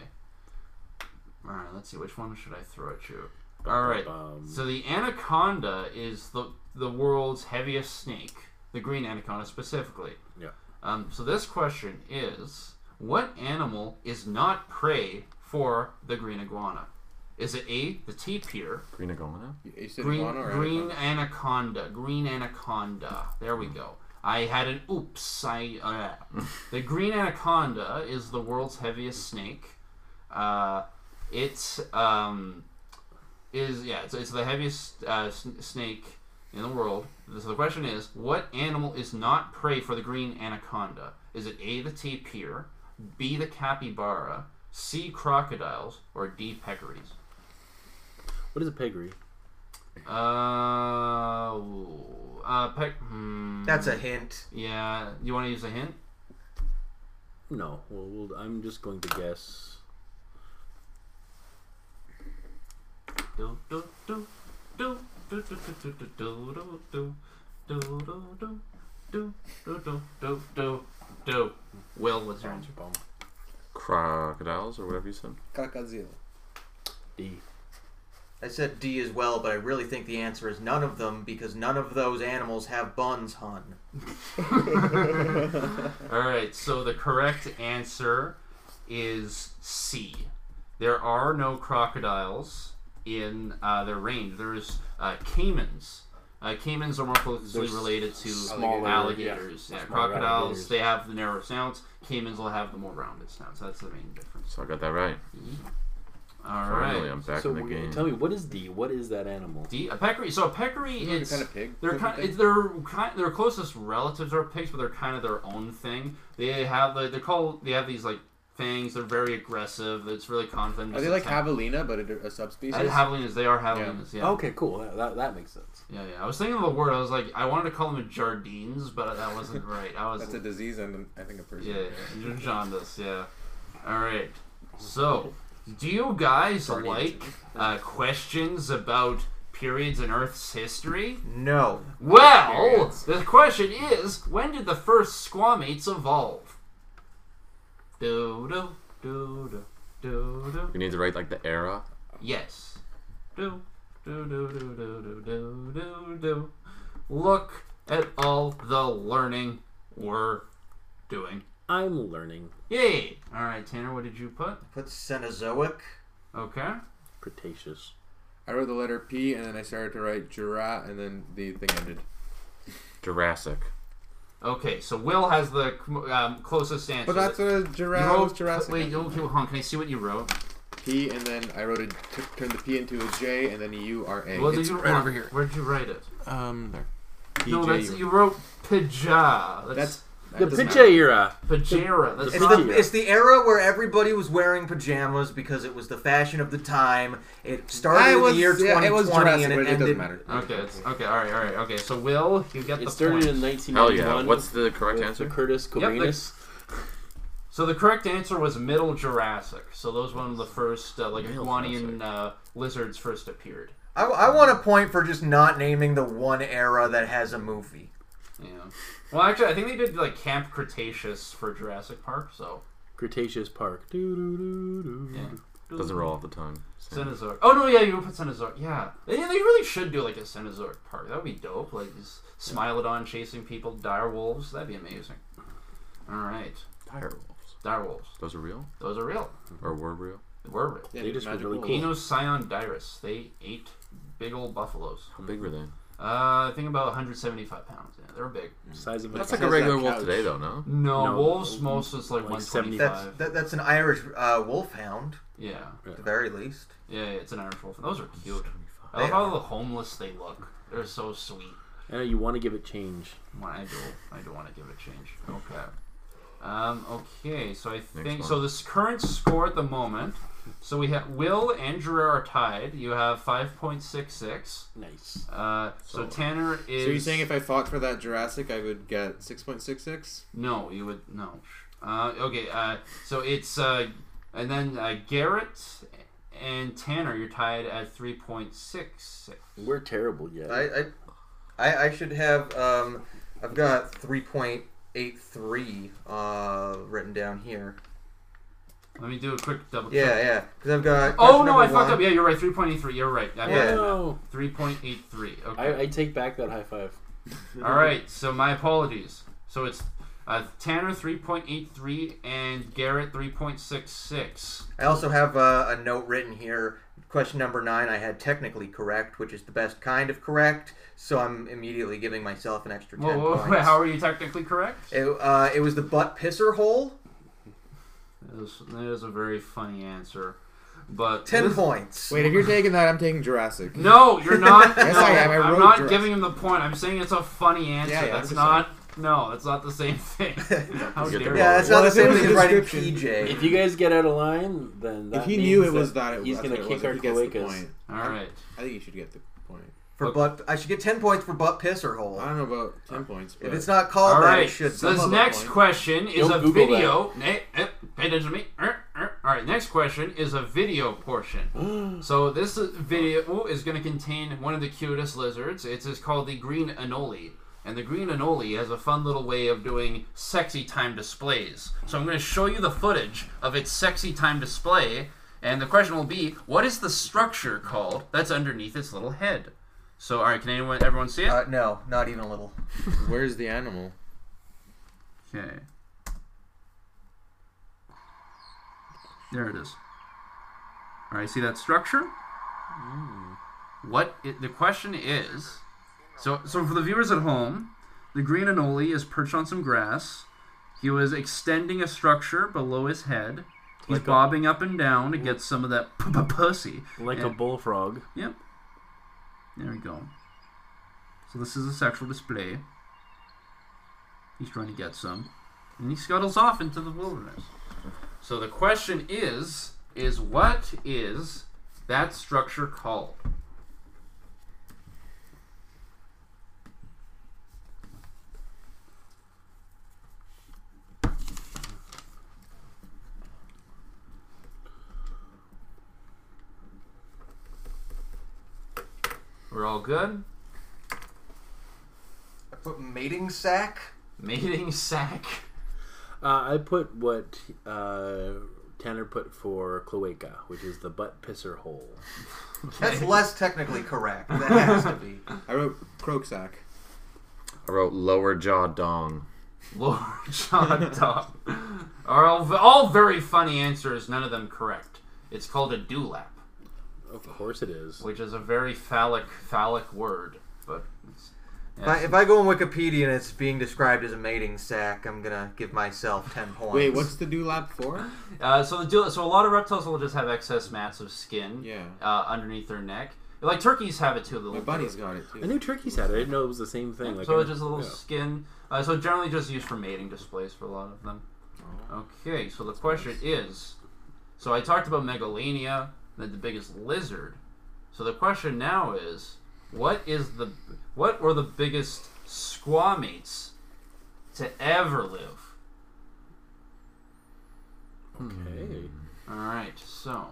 S2: All right, let's see. Which one should I throw at you? All right.
S4: Bum.
S2: So the anaconda is the the world's heaviest snake, the green anaconda specifically.
S4: Yeah.
S2: Um, so this question is, what animal is not prey for the green iguana? Is it A, the tapir,
S6: Green iguana.
S5: You- You said
S2: green,
S5: iguana or
S2: green
S5: anaconda?
S2: anaconda. green anaconda. There we go. I had an oops. I uh, the green anaconda is the world's heaviest snake. Uh, it's um, is yeah, it's, it's the heaviest uh, s- snake in the world. So the question is, what animal is not prey for the green anaconda? Is it A the tapir, B the capybara, C crocodiles, or D peccaries?
S4: What is a peggery?
S2: Uh, ooh, uh, peck. Hmm.
S3: That's a hint.
S2: Yeah, you want to use a hint?
S4: No. Well, we'll I'm just going to guess.
S2: Do do do do do do do do do do do do do do do do do do do do. Will, what's your answer?
S4: Bum.
S6: Crocodiles or whatever you said.
S5: Kakazil.
S4: D.
S3: I said D as well, but I really think the answer is none of them because none of those animals have buns, hun.
S2: All right, so the correct answer is C. There are no crocodiles in uh, their range. There's uh, caimans. Uh, caimans are more closely
S4: They're
S2: related to
S4: smaller,
S2: alligators.
S4: yeah,
S2: Yeah,
S4: smaller
S2: crocodiles,
S4: alligators.
S2: they have the narrow snouts. Caimans will have the more rounded snouts. That's the main difference.
S6: So I got that right.
S2: All
S6: Finally,
S2: right.
S6: I'm back
S4: so
S6: in the
S4: w-
S6: game.
S4: tell me, what is D? What is that animal?
S2: D, a peccary. So a peccary
S5: Isn't it a
S2: is
S5: kind of pig
S2: They're
S5: type
S2: kind.
S5: of thing?
S2: Of, they're kind. Their closest relatives are pigs, but they're kind of their own thing. They have like they're called. They have these like fangs. They're very aggressive. It's really confident.
S5: Are they like Javelina, but a, a subspecies?
S2: Uh, javelinas? They are javelinas. Yeah.
S5: Oh.
S4: Okay, cool. That, that, that makes sense.
S2: Yeah, yeah. I was thinking of the word. I was like, I wanted to call them a jardines, but that wasn't right. I was.
S5: That's a disease, and I think a person.
S2: yeah, yeah, yeah. jaundice. Yeah. All right. So, do you guys like uh, questions about periods in Earth's history?
S3: No.
S2: Well, the question is, when did the first squamates evolve? Do do do do do do.
S6: You need to write like the era.
S2: Yes. Do do do do do do do do do. Look at all the learning we're doing.
S4: I'm learning.
S2: Yay! All right, Tanner, what did you put?
S3: Put Cenozoic.
S2: Okay.
S4: Cretaceous.
S5: I wrote the letter P and then I started to write Jura and then the thing ended.
S6: Jurassic.
S2: Okay, so Will has the um, closest answer.
S5: But that's a Jura
S2: you
S5: was
S2: wrote,
S5: Jurassic.
S2: Wait, you- hold on. Can I see what you wrote?
S5: P and then I wrote it, t- turned the P into a J and then a U R A.
S2: What did
S5: It's
S2: you
S5: right
S2: write?
S5: over here.
S2: Where did you write it?
S5: Um, there. P
S2: no,
S5: J
S2: that's
S5: U.
S2: you wrote Paja.
S5: That's
S2: That's,
S5: that
S4: The
S5: doesn't
S4: Pitcha era.
S2: Pajera. That's
S3: It's
S4: It's not
S3: the,
S4: here.
S3: it's the era where everybody was wearing pajamas because it was the fashion of the time. It started
S5: I
S3: in
S5: was-
S3: the year
S5: yeah,
S3: 2020
S5: it was Jurassic,
S3: and
S5: but
S3: it
S5: it doesn't
S3: ended.
S5: matter.
S2: Okay, it's, okay, all right, all right, okay. So Will, you get the
S4: It
S2: point.
S4: started
S6: Hell
S4: in 1991.
S6: yeah. What's the correct
S4: with
S6: answer?
S4: Curtis Cobanus.
S2: So the correct answer was Middle Jurassic. So those one of the first, uh, like
S6: Middle
S2: Aquanian uh, lizards first appeared.
S3: I, I want a point for just not naming the one era that has a movie.
S2: Yeah. Well, actually, I think they did like Camp Cretaceous for Jurassic Park. So
S4: Cretaceous Park. Doo-doo-doo-doo.
S2: yeah.
S6: Doesn't roll off the tongue. So-
S2: Cenozoic. Oh no, yeah, you would put Cenozoic. Yeah, they, they really should do like a Cenozoic park. That would be dope. Like just Smilodon chasing people, dire wolves. That'd be amazing. All right,
S6: Dire wolves.
S2: dire wolves.
S6: Those are real
S2: Those are real.
S6: or were real.
S2: They were real.
S5: Yeah,
S4: They just were
S5: magical.
S4: really cool.
S2: Anosciondyrus. They ate big old buffaloes.
S6: How big were they?
S2: Uh, I think about 175 pounds. Yeah, they're big.
S4: Size of a
S6: That's
S5: like
S6: like
S5: a
S6: a
S5: Says
S6: regular
S5: that
S6: wolf
S5: couch.
S6: today, though. No.
S2: No,
S4: No,
S2: wolves most is like,
S4: like
S2: 175.
S3: That's that, that's an Irish uh, wolfhound,
S2: yeah.
S3: at the very least.
S2: yeah, yeah, it's an Irish wolf. Those are cute. I love
S3: They
S2: how
S3: are.
S2: the homeless they look. They're so sweet.
S4: I know you want to give it change.
S2: Well, I do. I do want to give it a change. Okay. Um, okay, so I think
S6: one.
S2: so. This current score at the moment. So we have Will and Gerard are tied. You have five point six six.
S4: Nice.
S2: Uh, so,
S6: So-
S2: Tanner is.
S5: So you're saying if I fought for that Jurassic, I would get six point six six?
S2: No, you would no. Uh, okay, uh, so it's uh, and then uh, Garrett and Tanner, you're tied at three point six.
S4: We're terrible yet.
S3: I, I, I, I should have. Um, I've got three point eight three uh, written down here.
S2: Let me do a quick double
S3: Yeah,
S2: check.
S3: yeah, because I've got.
S2: Oh
S3: question
S2: no,
S3: number
S2: I fucked
S3: one.
S2: up. Yeah, you're right. Three point eight three. You're right. I
S3: Yeah.
S4: No.
S2: Three point eight three. Okay.
S4: I, I take back that high five.
S2: All right. So my apologies. So it's uh, Tanner three point eight three and Garrett three point six six.
S3: I also have uh, a note written here. Question number nine, I had technically correct, which is the best kind of correct. So I'm immediately giving myself an extra ten
S2: Whoa, whoa,
S3: points.
S2: wait, how are you technically correct?
S3: it, uh, it was the butt pisser hole.
S2: That is, that is a very funny answer, but
S3: Ten
S2: this-
S3: points.
S5: Wait, if you're taking that, I'm taking Jurassic.
S2: No, you're not.
S5: Yes,
S2: no,
S5: I am. I
S2: am
S5: wrote
S2: not
S5: Jurassic.
S2: giving him the point. I'm saying it's a funny answer.
S5: Yeah, yeah,
S2: that's
S5: I'm just
S2: not. No, that's not the same thing. How
S6: You get the
S2: dare
S3: yeah, that's
S2: you?
S5: Well,
S3: not the
S5: if
S3: same
S5: it was
S3: thing
S5: a
S3: as writing
S5: description-
S4: If
S3: PJ.
S4: you guys get out of line, then that
S5: if he
S4: means
S5: knew it was that, it,
S4: he's
S5: that's
S4: gonna
S5: what it
S4: kick
S5: was.
S4: our
S5: If he gets the
S4: cloacas.
S5: point.
S2: All right.
S5: I think you should get the point.
S3: For butt, I should get ten points for butt pisser hole.
S5: I don't know about ten points, but
S3: If it's not called
S2: All
S3: that,
S2: right.
S3: it should.
S2: So this
S5: Some other
S2: next
S5: point.
S2: question is a
S4: Don't Google
S2: video. Nay, eh, Pay attention to me. Er, er. All right. Next question is a video portion. so this is- video is going to contain one of the cutest lizards. It's is called the green anole. And the green anole has a fun little way of doing sexy time displays. So I'm going to show you the footage of its sexy time display. And the question will be, what is the structure called that's underneath its little head? So, all right, can anyone, everyone see it?
S3: Uh, no, not even a little.
S5: where's the animal?
S2: Okay. There it is. All right, see that structure? What it, the question is? So, so for the viewers at home, the green anole is perched on some grass. He was extending a structure below his head. He's
S4: Like a-
S2: bobbing up and down to get some of that p- p- pussy.
S4: like a
S2: And-
S4: bullfrog.
S2: Yep. There we go. So this is a sexual display. He's trying to get some. And he scuttles off into the wilderness. So the question is, is what is that structure called? We're all good?
S3: I put mating sack.
S2: Mating sack.
S4: Uh, I put what uh, Tanner put for cloaca, which is the butt pisser hole.
S3: That's less technically correct. That has to be.
S5: I wrote croak sack.
S6: I wrote lower jaw dong.
S2: Lord John Dom. Are all, all very funny answers, none of them correct. It's called a dewlap,
S4: Of course it is.
S2: which is a very phallic phallic word, but it's,
S3: If I, if I go on Wikipedia and it's being described as a mating sack, I'm gonna give myself ten points.
S5: Wait, what's the dewlap for?
S2: Uh, so the deal, so a lot of reptiles will just have excess mats of skin
S5: Yeah.
S2: uh, underneath their neck. Like turkeys have it too. The
S5: My
S2: little
S5: buddy's got it too.
S4: I knew turkeys had it. I didn't know it was the same thing. Like,
S2: so
S4: I-
S2: it's just a little
S4: yeah.
S2: skin. Uh, so generally just used for mating displays for a lot of them. Okay, so the question is, so I talked about Megalania, that the biggest lizard. So the question now is, what is the what were the biggest squamates to ever live?
S4: Okay.
S2: All right, so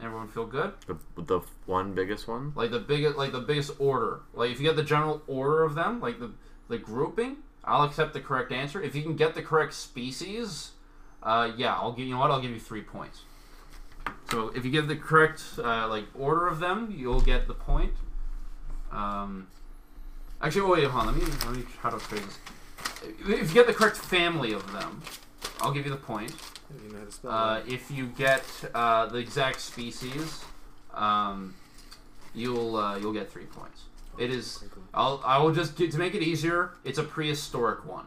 S2: everyone feel good?
S6: The, the one biggest one?
S2: like the biggest like the biggest order like if you get the general order of them like the the grouping i'll accept the correct answer if you can get the correct species uh, yeah i'll give you know what i'll give you three points so if you give the correct uh, like order of them you'll get the point um, actually wait hold on let me let me try to phrase this If- if you get the correct family of them i'll give you the point
S5: I didn't know how to spell
S2: uh,
S5: that.
S2: if you get uh, the exact species, um, you'll uh, you'll get three points. It is. I'll I will just get, to make it easier. It's a prehistoric one.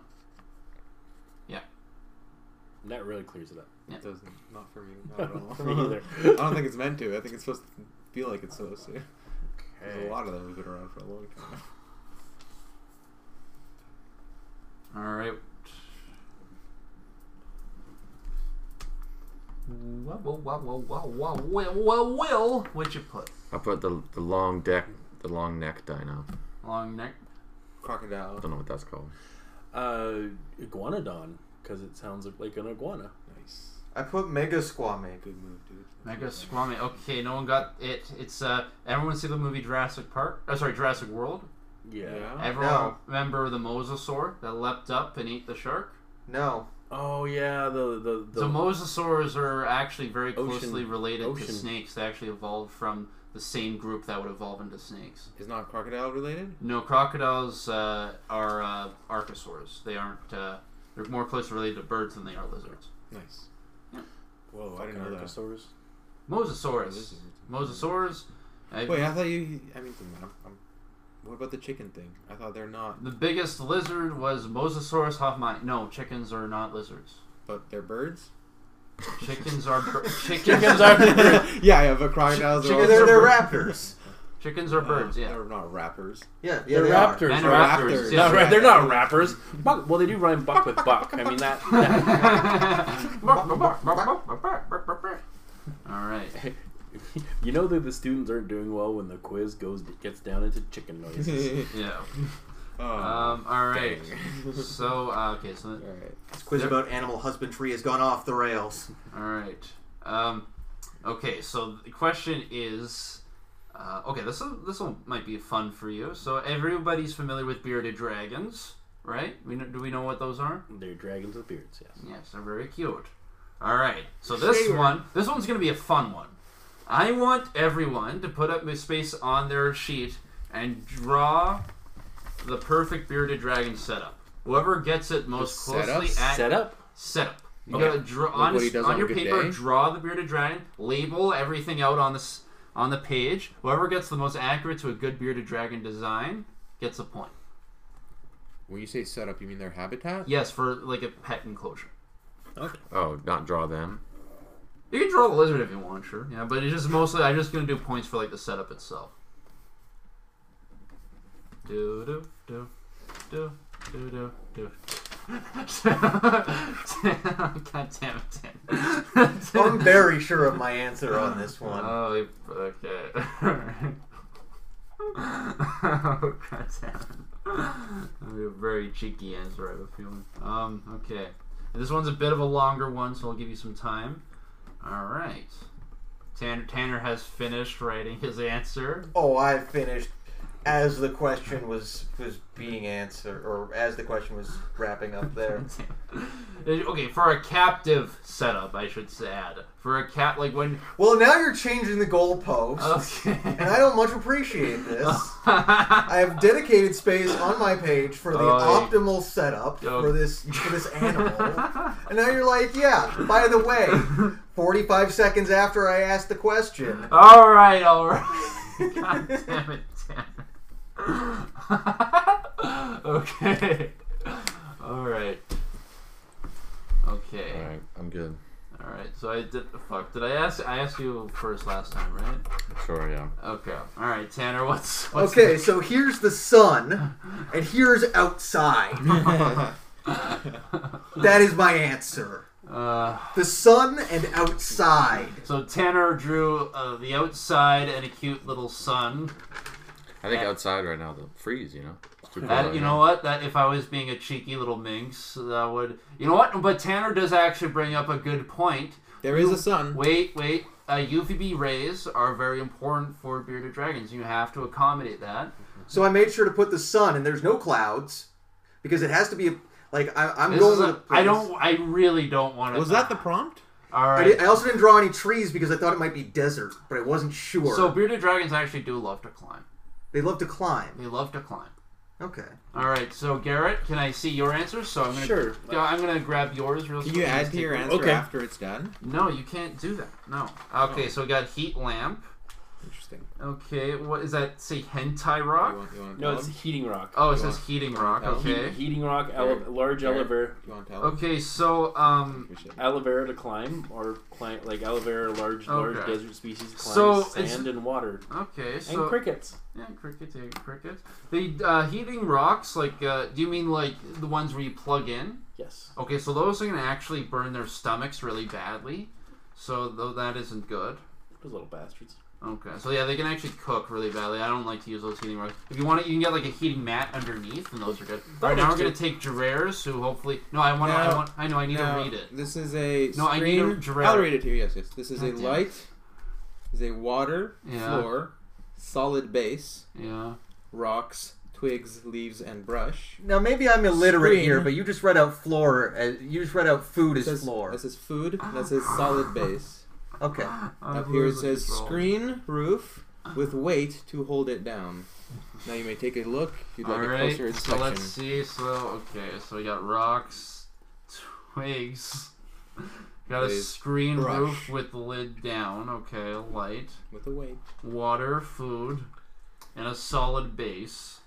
S4: That really clears it up.
S5: It doesn't. Not for me. Not at all.
S4: For me either.
S5: I don't think it's meant to. I think it's supposed to feel like it's supposed to. There's a lot of them who've been around for a long time.
S2: All right. Whoa, whoa, whoa, whoa, whoa, whoa, Will, whoa, Will, what'd you put?
S6: I put the the long deck, the long neck dino.
S2: Long neck.
S6: I
S5: Crocodile.
S6: don't know what that's called.
S4: Uh, iguanodon, because it sounds like an iguana.
S5: Nice.
S3: I put mega squamate.
S5: Good move, dude.
S2: Mega Squamate. Okay, no one got it. It's uh, everyone see the movie Jurassic Park? Oh, sorry, Jurassic World.
S5: Yeah.
S2: Everyone
S3: No.
S2: remember the mosasaur that leapt up and ate the shark?
S3: No,
S4: Oh yeah, the the the
S2: So mosasaurs are actually very
S4: Ocean-
S2: closely related to
S4: ocean.
S2: snakes. They actually evolved from the same group that would evolve into snakes.
S5: Is not crocodile related?
S2: No, crocodiles uh, are uh, archosaurs. They aren't. Uh, they're more closely related to birds than they are lizards.
S5: Nice.
S2: Yeah.
S5: Whoa, I
S4: fucking
S5: didn't know that.
S4: archosaurs. Oh,
S2: Mosasaurs. Mosasaurs. I-
S5: Wait, I thought you. I mean, I'm, I'm, what about the chicken thing? I thought they're not,
S2: the biggest lizard was Mosasaurus hoffmanni. No, chickens are not lizards.
S5: but they're birds.
S2: Chickens are bir- chickens,
S4: Chickens
S2: are
S4: are-
S5: yeah, yeah, but crocodiles
S3: they're,
S5: are.
S3: they're,
S5: also-
S3: raptors.
S2: chickens are
S4: Oh,
S2: birds. Yeah.
S5: They're not rappers.
S3: Yeah, yeah,
S4: They're
S3: they are.
S4: raptors.
S2: And
S4: right?
S5: raptors.
S2: raptors.
S4: No,
S2: Yeah.
S4: right, they're not rappers. Buck, well, they do rhyme buck with buck. I mean that.
S6: Oh,
S2: All right.
S4: you know that the students aren't doing well when the quiz goes gets down into chicken noises.
S2: Yeah.
S5: oh,
S2: Um, all right. So uh, okay. So
S5: all right.
S3: This quiz
S2: They're-
S3: about animal husbandry has gone off the rails.
S2: all right. Um, okay. So the question is. Uh, okay, this one, this one might be fun for you. So everybody's familiar with bearded dragons, right? We know, do we know what those are?
S4: they're dragons with beards. Yes.
S2: Yes, they're very cute. All right. So this one, this one's gonna be a fun one. I want everyone to put up space on their sheet and draw the perfect bearded dragon setup. Whoever gets it most
S5: setup?
S2: closely at
S4: Set up.
S2: setup. You
S5: Okay.
S2: gotta draw
S5: Like
S2: on,
S5: what he does
S2: on,
S5: on
S2: your
S5: Good
S2: paper.
S5: Day?
S2: Draw the bearded dragon. Label everything out on this on the page. Whoever gets the most accurate to a good bearded dragon design gets a point.
S5: When you say setup, you mean their habitat?
S2: Yes, for like a pet enclosure.
S6: Oh, not draw them.
S2: You can draw the lizard if you want, sure. Yeah, but it's just mostly I'm just gonna do points for like the setup itself. Do do do do do do do. God damn it, Tim.
S3: I'm very sure of my answer on this one.
S2: Oh, you- okay. oh, God damn. That'd be a very cheeky answer, I have a feeling. Um, okay. And this one's a bit of a longer one, so I'll give you some time. All right. Tanner, Tanner has finished writing his answer.
S3: Oh, I finished as the question was was being answered, or as the question was wrapping up there.
S2: Okay, for a captive setup, I should s- add. For a cat, like when.
S3: Well, now you're changing the goalpost,
S2: Oh.
S3: and
S2: Okay.
S3: I don't much appreciate this.
S2: Oh.
S3: I have dedicated space on my page for the
S2: Oh, yeah.
S3: optimal setup
S2: Oh.
S3: for this for this animal. and now you're like, yeah. By the way, 45 seconds after I asked the question,
S2: all right, all right. God damn it, damn it. okay. All right. Okay.
S6: All right, I'm good.
S2: All right. So I did. Fuck. Did I ask? I asked you first last time, right?
S6: Sure, yeah.
S2: Okay. All right, Tanner. What's, what's
S3: okay, so here's the sun, and here's outside. that is my answer.
S2: Uh,
S3: The sun and outside.
S2: so Tanner drew uh, the outside and a cute little sun.
S6: I think
S2: Yeah.
S6: outside right now the freeze, you know. It's too cold
S2: That,
S6: out
S2: you
S6: now.
S2: know what? That if I was being a cheeky little minx, that would. You know what? But Tanner does actually bring up a good point.
S5: There is a sun.
S2: Wait, wait. Uh, UVB rays are very important for bearded dragons. You have to accommodate that.
S3: So I made sure to put the sun, and there's no clouds, because it has to be like I, I'm
S2: This
S3: going.
S2: is
S3: to
S2: a-
S3: the
S2: I
S3: place.
S2: don't. I really don't want to.
S5: Was that the prompt?
S2: All
S3: I,
S2: right.
S3: did, I also didn't draw any trees because I thought it might be desert, but I wasn't sure.
S2: so bearded dragons actually do love to climb.
S3: they love to climb.
S2: They love to climb.
S3: Okay.
S2: All right. So Garrett, can I see your answers? So I'm gonna.
S5: Sure.
S2: Yeah, I'm gonna grab yours real
S5: Can
S2: quick.
S5: you
S2: and
S5: add
S2: just
S5: to
S2: take
S5: your
S2: a look.
S5: answer
S4: Okay.
S5: after it's done?
S2: No, you can't do that. No.
S5: Oh.
S2: Okay. So we got heat lamp.
S5: Interesting.
S2: Okay, what is that? Say hentai
S5: You
S2: rock?
S5: want, you want to
S4: No,
S5: tell
S4: it's
S5: 'em?
S4: heating rock.
S2: Oh, it
S5: You
S2: says
S5: want-
S2: heating rock.
S5: Oh,
S4: Heat-
S2: Okay.
S4: heating rock, ele-
S5: Fair.
S4: large
S5: Fair.
S4: aloe vera,
S5: You want to tell 'em?
S2: Okay, so um,
S5: We should.
S4: aloe vera to climb, or climb, like aloe vera, large, large
S2: Okay.
S4: desert species climb
S2: So, it's-
S4: sand and water
S2: okay,
S4: and
S2: so
S4: crickets.
S2: yeah, crickets, yeah, crickets. The uh, heating rocks, like, uh, do you mean like the ones where you plug in?
S4: Yes.
S2: Okay, so those are gonna actually burn their stomachs really badly. So though that isn't good.
S4: Those little bastards.
S2: Okay, so yeah, they can actually cook really badly. I don't like to use those heating rocks. If you want it, you can get like a heating mat underneath, and those are good. All right, now we're
S4: works,
S2: gonna take Gerrer's, who hopefully no, I want, to I
S5: No.
S2: want, I know, I need
S5: Now,
S2: to read it.
S5: This is a
S2: No, I need
S5: screen.
S2: a giraffe.
S5: I'll read it to you. Yes, yes. This is
S2: God
S5: a
S2: damn it.
S5: light. Is a water
S2: Yeah.
S5: floor, solid base,
S2: Yeah.
S5: rocks, twigs, leaves, and brush.
S3: Now maybe I'm illiterate
S5: Screen.
S3: here, but you just read out floor. As, you just read out food as
S5: This is,
S3: floor.
S5: this is food.
S2: Ah.
S5: and This is solid base.
S3: okay.
S5: Up here it says screen roof
S2: Ah.
S5: with weight to hold it down. Now you may take a look. If you'd like
S2: All
S5: a
S2: right,
S5: closer
S2: so
S5: inspection.
S2: let's see. So okay, so we got rocks, twigs, got a
S5: Twigs,
S2: screen
S5: brush.
S2: roof with the lid down. Okay, a light,
S5: With a weight.
S2: water, food, and a solid base.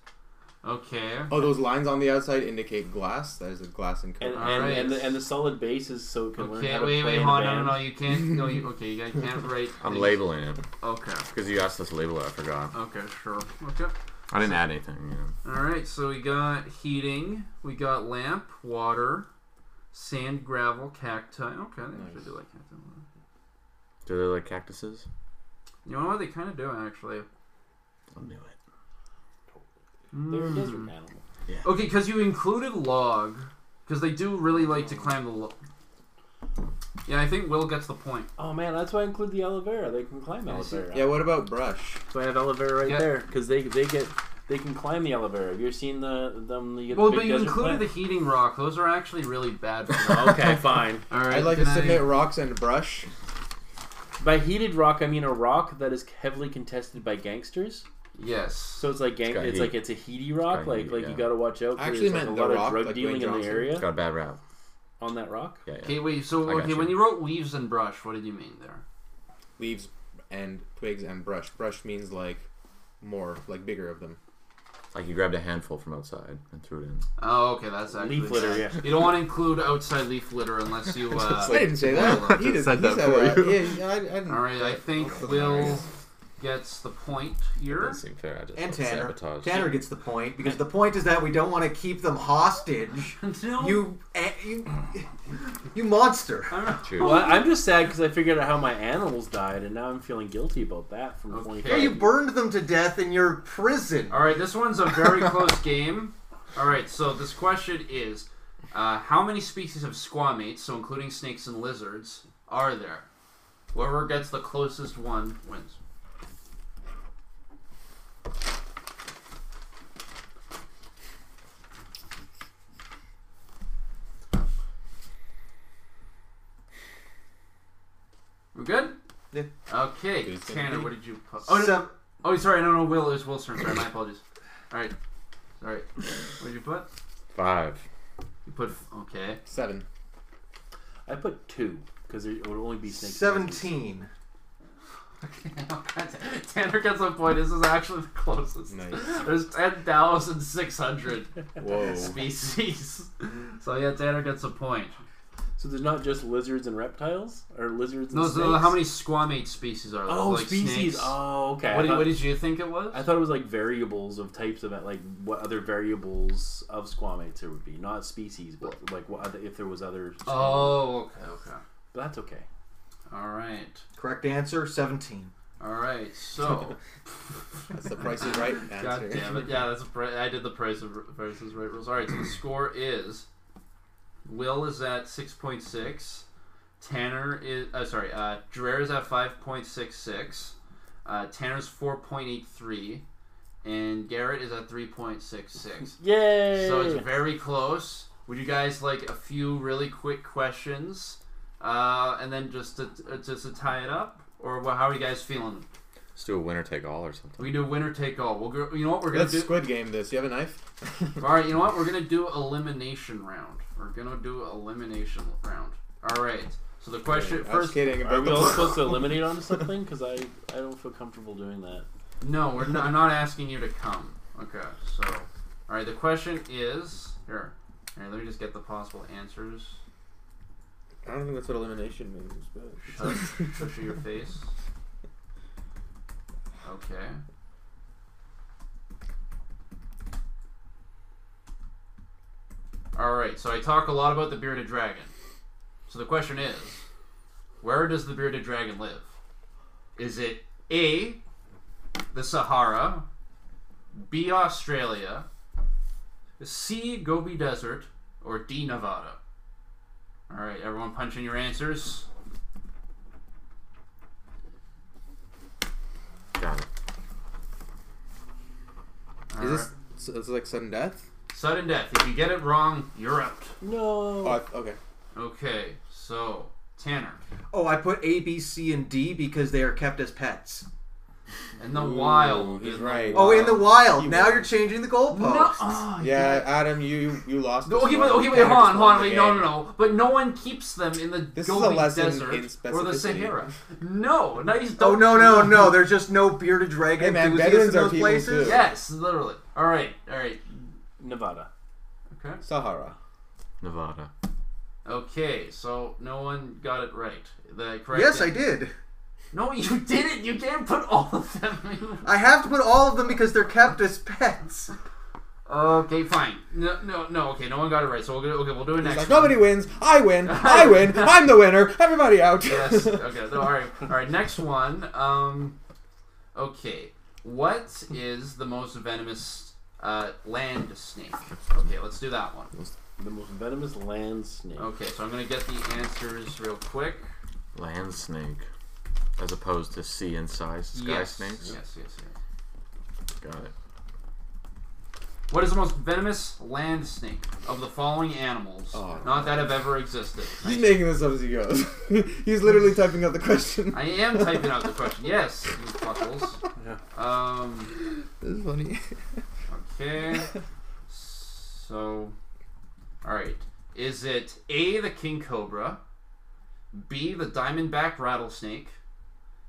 S2: Okay.
S5: Oh, those lines on the outside indicate glass. That is a glass
S4: And
S5: enclosure.
S4: and,
S2: Alright.
S4: and, the, and the solid base is so it can learn
S2: Okay,
S4: how to
S2: wait,
S4: play
S2: wait,
S4: in a
S2: hold on. No, no,
S4: band.
S2: no, you can't. No, you, okay, you can't write.
S6: I'm
S2: things.
S6: labeling it
S2: Okay,
S6: because you asked us to label it. I forgot.
S2: okay, sure. Okay.
S6: I didn't add anything. You know.
S2: All right, so we got heating, we got lamp, water, sand, gravel, cacti. Okay, they
S5: Nice.
S2: actually do like cacti.
S6: Do they like cactuses?
S2: You know what? They kind of do actually.
S6: I knew it.
S4: They're a
S2: Mm.
S4: desert animal.
S2: Okay, because you included log, because they do really like to climb the. Lo- yeah, I think Will gets the point.
S4: Oh man, that's why I include the aloe vera. They can climb aloe
S2: see.
S4: vera.
S5: yeah, what about brush?
S4: So I have aloe vera right
S2: Yeah.
S4: there because they they get they can climb the aloe vera. Have you ever seen the them? You get
S2: Well,
S4: the
S2: but
S4: big
S2: you
S4: desert
S2: included the
S4: plant?
S2: heating rock. Those are actually really bad. For them.
S4: okay, fine.
S2: All right,
S5: I'd like to
S2: can I-
S5: submit rocks and brush.
S4: By heated rock, I mean a rock that is heavily contested by gangsters.
S2: Yes.
S4: So it's like gang.
S6: got
S4: It's,
S6: heat.
S4: like it's a heaty rock.
S6: got
S4: like
S6: heat,
S4: like
S6: yeah.
S4: you got to watch out. 'cause
S5: I actually
S4: there's,
S5: meant
S4: like,
S5: the
S4: a lot
S5: rock,
S4: of drug
S5: like Dwayne
S4: dealing in the
S5: Johnson.
S4: area
S6: It's got a bad rap.
S4: on that rock.
S6: Yeah, yeah.
S2: okay, wait. So
S6: I got
S2: okay, when
S6: you.
S2: you wrote leaves and brush, what did you mean there?
S5: Leaves and twigs and brush. Brush means like more, like bigger of them.
S6: Like you grabbed a handful from outside and threw it in.
S2: Oh, okay, that's actually
S4: Leaf litter, yeah.
S2: You don't want to include outside leaf litter unless you. Uh,
S5: I didn't say that. he
S6: Just
S5: did,
S6: said
S5: he
S6: that
S5: said
S6: for
S5: that.
S6: you.
S5: Yeah, I, I didn't.
S2: all right, I think Will gets the point here.
S6: Doesn't seem fair. I just
S3: And
S6: like
S3: Tanner.
S6: sabotage.
S3: Tanner gets the point because the point is that we don't want to keep them hostage.
S2: No.
S3: You, eh, you, you monster.
S6: Chew.
S4: Well, I- I'm just sad because I figured out how my animals died, and now I'm feeling guilty about that. From
S2: Okay.
S4: 25
S2: Yeah,
S3: You
S4: years.
S3: burned them to death in your prison.
S2: All right, this one's a very close game. All right, so this question is, uh, how many species of squamates, so including snakes and lizards, are there? Whoever gets the closest one wins. We're good?
S3: Yeah.
S2: Okay,
S5: Good.
S2: Tanner, what did you po- Oh, no,
S3: Sev-
S2: oh, sorry, no, no, Will, it was Will's turn. Sorry, my apologies. Alright. Sorry. What did you put?
S6: Five.
S2: You put, okay.
S5: Seven.
S4: I put two because it would only be snake.
S3: Seventeen.
S2: Tanner gets a point. This is actually the closest.
S5: Nice.
S2: There's 10,600
S5: Whoa.
S2: species. So, yeah, Tanner gets a point.
S4: So there's not just lizards and reptiles, or lizards. And
S2: No,
S4: snakes?
S2: so how many squamate species are there?
S4: Oh,
S2: Like
S4: species.
S2: snakes?
S4: Oh, okay.
S2: What,
S4: I,
S2: did,
S4: thought,
S2: what did you think it was?
S4: I thought it was like variables of types of like what other variables of squamates there would be, not species, but like what other, if there was other.
S2: oh, okay, okay.
S4: but that's okay.
S2: All right.
S3: Correct answer, seventeen.
S2: All right, so
S5: That's the price is right
S2: God
S5: answer.
S2: damn it, yeah, that's a pri- I did the price of prices right rules. All right, so the score is Will is at six point six, Tanner is uh, sorry, uh, Dreher is at five point six six, uh, Tanner's four point eight three, and Garrett is at three point six six.
S4: Yay!
S2: So it's very close. Would you guys like a few really quick questions, uh, and then just to, uh, just to tie it up, or wha- how are you guys feeling?
S6: Let's do a winner take all or something.
S2: We do winner take all. We'll go, you know what we're gonna
S5: Let's
S2: do.
S5: squid game this. You have a knife?
S2: All right, you know what? We're gonna do elimination round. We're gonna do elimination round. All right. So the question
S5: I'm just
S2: first.
S5: kidding.
S4: Are
S5: But
S4: we all supposed to eliminate onto something? Because I I don't feel comfortable doing that.
S2: No, we're not, I'm not asking you to come. Okay. So, all right. The question is here. Here, let me just get the possible answers.
S5: I don't think that's what elimination means. But
S2: Shut, shut your face. Okay. Alright, so I talk a lot about the bearded dragon. So the question is where does the bearded dragon live? Is it A, the Sahara, B, Australia, C, Gobi Desert, or D, Nevada? Alright, everyone punch in your answers.
S6: Damn it.
S5: is this so it's like sudden death?
S2: Sudden death. If you get it wrong, you're out.
S4: No.
S5: Oh, I- okay.
S2: Okay, so Tanner.
S3: Oh, I put A, B, C, and D because they are kept as pets.
S2: In the wild.
S5: he's
S2: in the
S5: right.
S2: wild.
S3: Oh, in the wild.
S5: You
S3: now
S5: won.
S3: you're changing the
S2: No.
S3: goalposts.
S2: oh,
S5: Ah, Yeah, Adam, you you, you lost.
S2: No, oh,
S5: this
S2: okay,
S5: one.
S2: but, okay, wait,
S5: Tanner
S2: hold on,
S5: just
S2: hold on,
S5: won the
S2: wait, no,
S5: game.
S2: no, no. But no one keeps them in the
S5: This is a
S2: Gobi
S5: lesson
S2: Desert
S5: in
S2: or the
S5: specificity.
S2: Sahara. No, no, you
S3: Oh
S2: don't.
S3: no no no! There's just no bearded dragon
S5: Hey, man,
S3: enthusiasts
S5: veterans
S3: in
S5: are
S3: those
S5: people,
S3: places.
S5: too.
S2: Yes, literally. All right, all right.
S4: Nevada.
S2: Okay.
S5: Sahara.
S6: Nevada.
S2: Okay, so no one got it right. The correct.
S3: Yes, I did.
S2: No, you didn't. You can't put all of them. in.
S3: I have to put all of them because they're kept as pets.
S2: Okay, fine. No, no, no. Okay, no one got it right. So we'll go, okay, we'll do it next.
S5: It's like
S2: one.
S5: nobody wins. I win. I win. I'm the winner. Everybody out.
S2: yes. Okay. So, all right. All right. Next one. Um, okay. What is the most venomous uh, land snake? Okay, let's do that one.
S4: The most venomous land snake.
S2: Okay, so I'm gonna get the answers real quick.
S6: Land snake. As opposed to sea and size sky
S2: yes.
S6: snakes.
S2: Yes. Yes. Yes.
S6: Got it.
S2: What is the most venomous land snake of the following animals?
S5: Oh.
S2: Not that have ever existed.
S5: He's making this up as he goes. He's literally typing out the question.
S2: I am typing out the question. Yes, you fuckles.
S4: Yeah.
S2: Um.
S5: This is funny.
S2: Okay. so, all right. Is it A, the king cobra, B, the diamondback rattlesnake,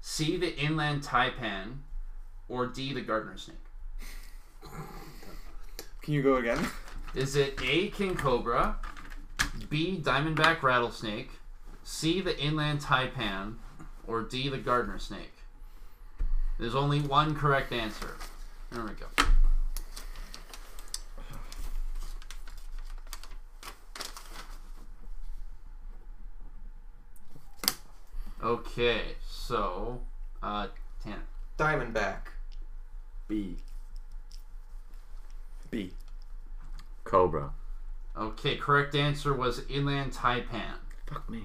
S2: C, the inland taipan, or D, the gardener snake?
S5: Can you go again?
S2: Is it A, king cobra, B, diamondback rattlesnake, C, the inland taipan, or D, the gardener snake? There's only one correct answer. There we go. Okay, so uh, Tanner.
S3: Diamondback.
S4: B.
S5: B.
S6: Cobra.
S2: Okay, correct answer was inland taipan.
S6: Fuck me.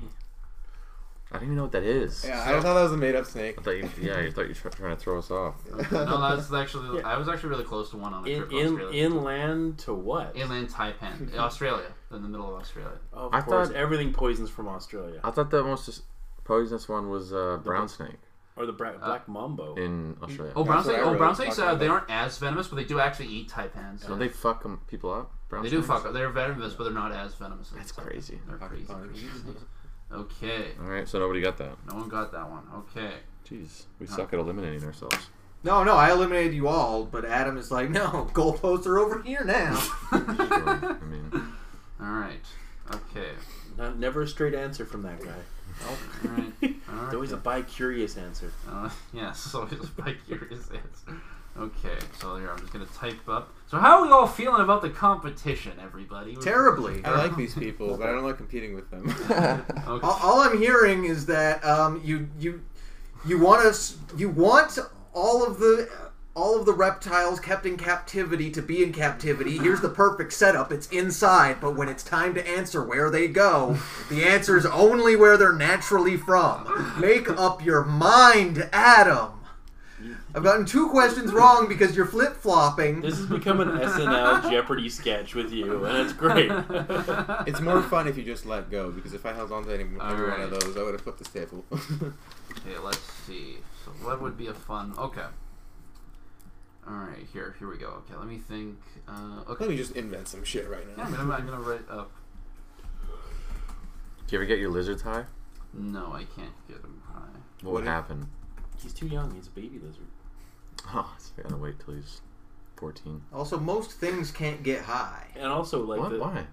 S6: I don't even know what that is.
S5: Yeah, I thought that was a made up snake.
S6: I thought you, yeah, I thought you were trying to throw us off.
S2: No, that's actually
S4: Yeah.
S2: I was actually really close to one on a
S4: In,
S2: trip. to
S4: in
S2: Australia.
S4: inland to what?
S2: Inland Taipan, in Australia, in the middle of Australia.
S4: Of
S6: I
S4: course,
S6: thought-
S2: Uh,
S4: everything poisons from Australia.
S6: I thought that most. poisonous one was uh, brown snake
S4: Or the
S2: uh,
S4: bra- black mambo.
S6: in Australia.
S2: Oh, brown
S5: That's what
S2: snake.
S5: I
S2: Oh,
S5: wrote,
S2: brown snakes.
S5: talking
S2: Uh, they
S5: about-
S2: aren't as venomous, but they do actually eat taipans.
S6: So they fuck 'em- people up. Brown
S2: They do
S6: snakes?
S2: fuck up. They're venomous, but they're not as venomous. as
S6: That's
S2: the taipans.
S6: crazy.
S2: They're crazy. Okay,
S6: All right, so nobody got that.
S2: no one got that one. Okay.
S6: Jeez, we suck at eliminating ourselves.
S3: No, no, I eliminated you all, but Adam is like, no, goalposts are over here now.
S6: I mean,
S2: All right. Okay.
S4: Not, never a straight answer from that guy.
S2: All right. All right.
S4: It's always a bi-curious answer.
S2: Uh, yeah, so it's by curious answer. Okay, so here I'm just gonna type up. So how are we all feeling about the competition, everybody?
S3: Terribly.
S5: I like these people, but I don't like competing with them.
S2: Okay.
S3: All, all I'm hearing is that um, you you you want us you want all of the all of the reptiles kept in captivity to be in captivity. Here's the perfect setup. It's inside, but when it's time to answer where they go, the answer is only where they're naturally from. Make up your mind, Adam. I've gotten two questions wrong because you're flip flopping.
S4: This has become an SNL Jeopardy sketch with you, and it's great.
S5: it's more fun if you just let go, because if I held on to any, every one
S2: Alright.
S5: of those, I would have flipped this table.
S2: Okay, let's see. So what would be a fun? Okay. All right, here, here we go. Okay, let me think. Uh,
S5: Let
S2: okay.
S5: me just invent some shit right
S2: Yeah,
S5: now.
S2: I'm gonna, I'm gonna write up.
S6: do you ever get your lizards high?
S2: No, I can't get them high.
S6: What would
S5: What if-
S6: happen?
S4: He's too young. He's a baby lizard.
S6: Oh, it's gotta wait till he's 14.
S3: Also, most things can't get high
S4: And also, like,
S6: what?
S4: the,
S6: Why?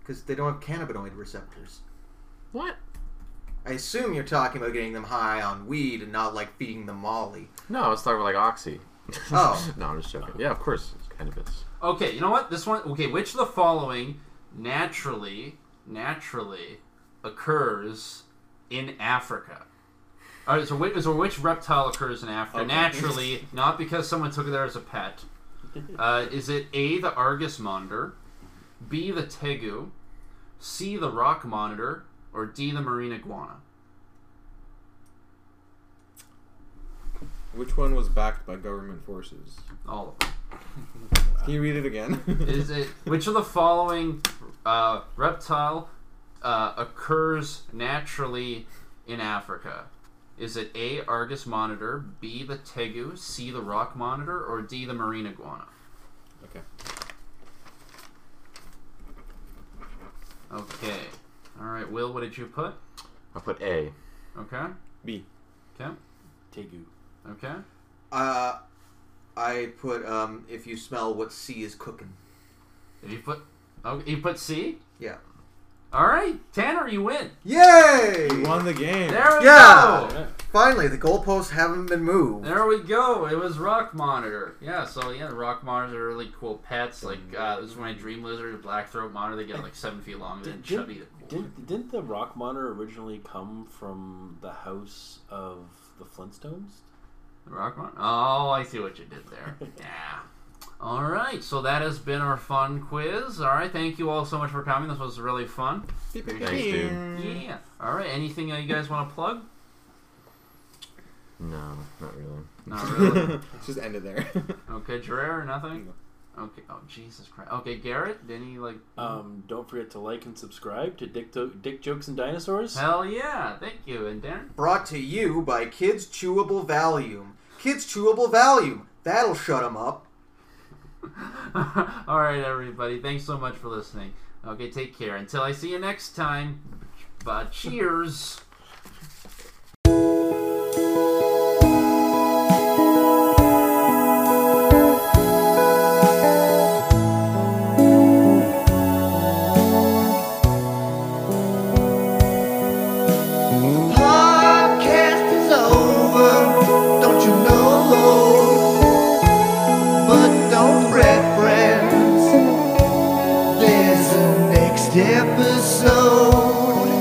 S3: because they don't have cannabinoid receptors.
S6: What?
S3: I assume you're talking about getting them high on weed and not like feeding them Molly.
S6: No, I was talking about like oxy.
S3: Oh.
S6: no, I'm just joking. Yeah, of course, it's cannabis.
S2: Okay, you know what? This one. Okay, which of the following naturally naturally occurs in Africa? All right, so which, so which reptile occurs in Africa naturally, not because someone took it there as a pet? Uh, is it A, the Argus monitor, B, the tegu, C, the rock monitor, or D, the marine iguana?
S5: Which one was backed by government forces?
S2: All of them.
S5: Can you read it again?
S2: Is it which of the following uh, reptile uh, occurs naturally in Africa? Is it A. Argus monitor, B. the tegu, C. the rock monitor, or D. the marine iguana?
S5: okay.
S2: Okay. All right, Will, what did you put?
S6: I put A.
S2: Okay.
S5: B.
S2: Okay.
S4: Tegu.
S2: Okay.
S3: Uh, I put um, if you smell what C is cooking.
S2: Did you put? Oh, you put C.
S3: Yeah.
S2: All right, Tanner, you win.
S3: Yay!
S5: You won the game.
S2: There we
S3: Yeah.
S2: go.
S3: Finally, the goalposts haven't been moved.
S2: There we go. It was Rock Monitor. Yeah, so yeah, the Rock Monitors are really cool pets. Like uh, this is my dream lizard, a black throat monitor. They get like seven feet long and
S4: Did,
S2: chubby.
S4: didn't, didn't, didn't the rock monitor originally come from the house of the Flintstones?
S2: The Rock Monitor. Oh, I see what you did there. yeah. All right, so that has been our fun quiz. All right, thank you all so much for coming. This was really fun.
S6: Thanks, dude.
S4: Mm.
S2: Yeah. All right, anything that you guys want to plug?
S6: No, not really.
S2: Not really.
S5: just ended there.
S2: Okay, Gerard, nothing. Okay. Oh, Jesus Christ. Okay, Garrett, any like?
S4: Um, don't forget to like and subscribe to Dick, Do- Dick Jokes and Dinosaurs.
S2: Hell yeah! Thank you, and Darren.
S3: Brought to you by Kids Chewable Valium. Kids Chewable Valium. That'll shut them up.
S2: All right, everybody. Thanks so much for listening. Okay, take care. Until I see you next time. But cheers.
S1: Podcast is over, don't you know? But don't fret, friends. There's a next episode. Oh,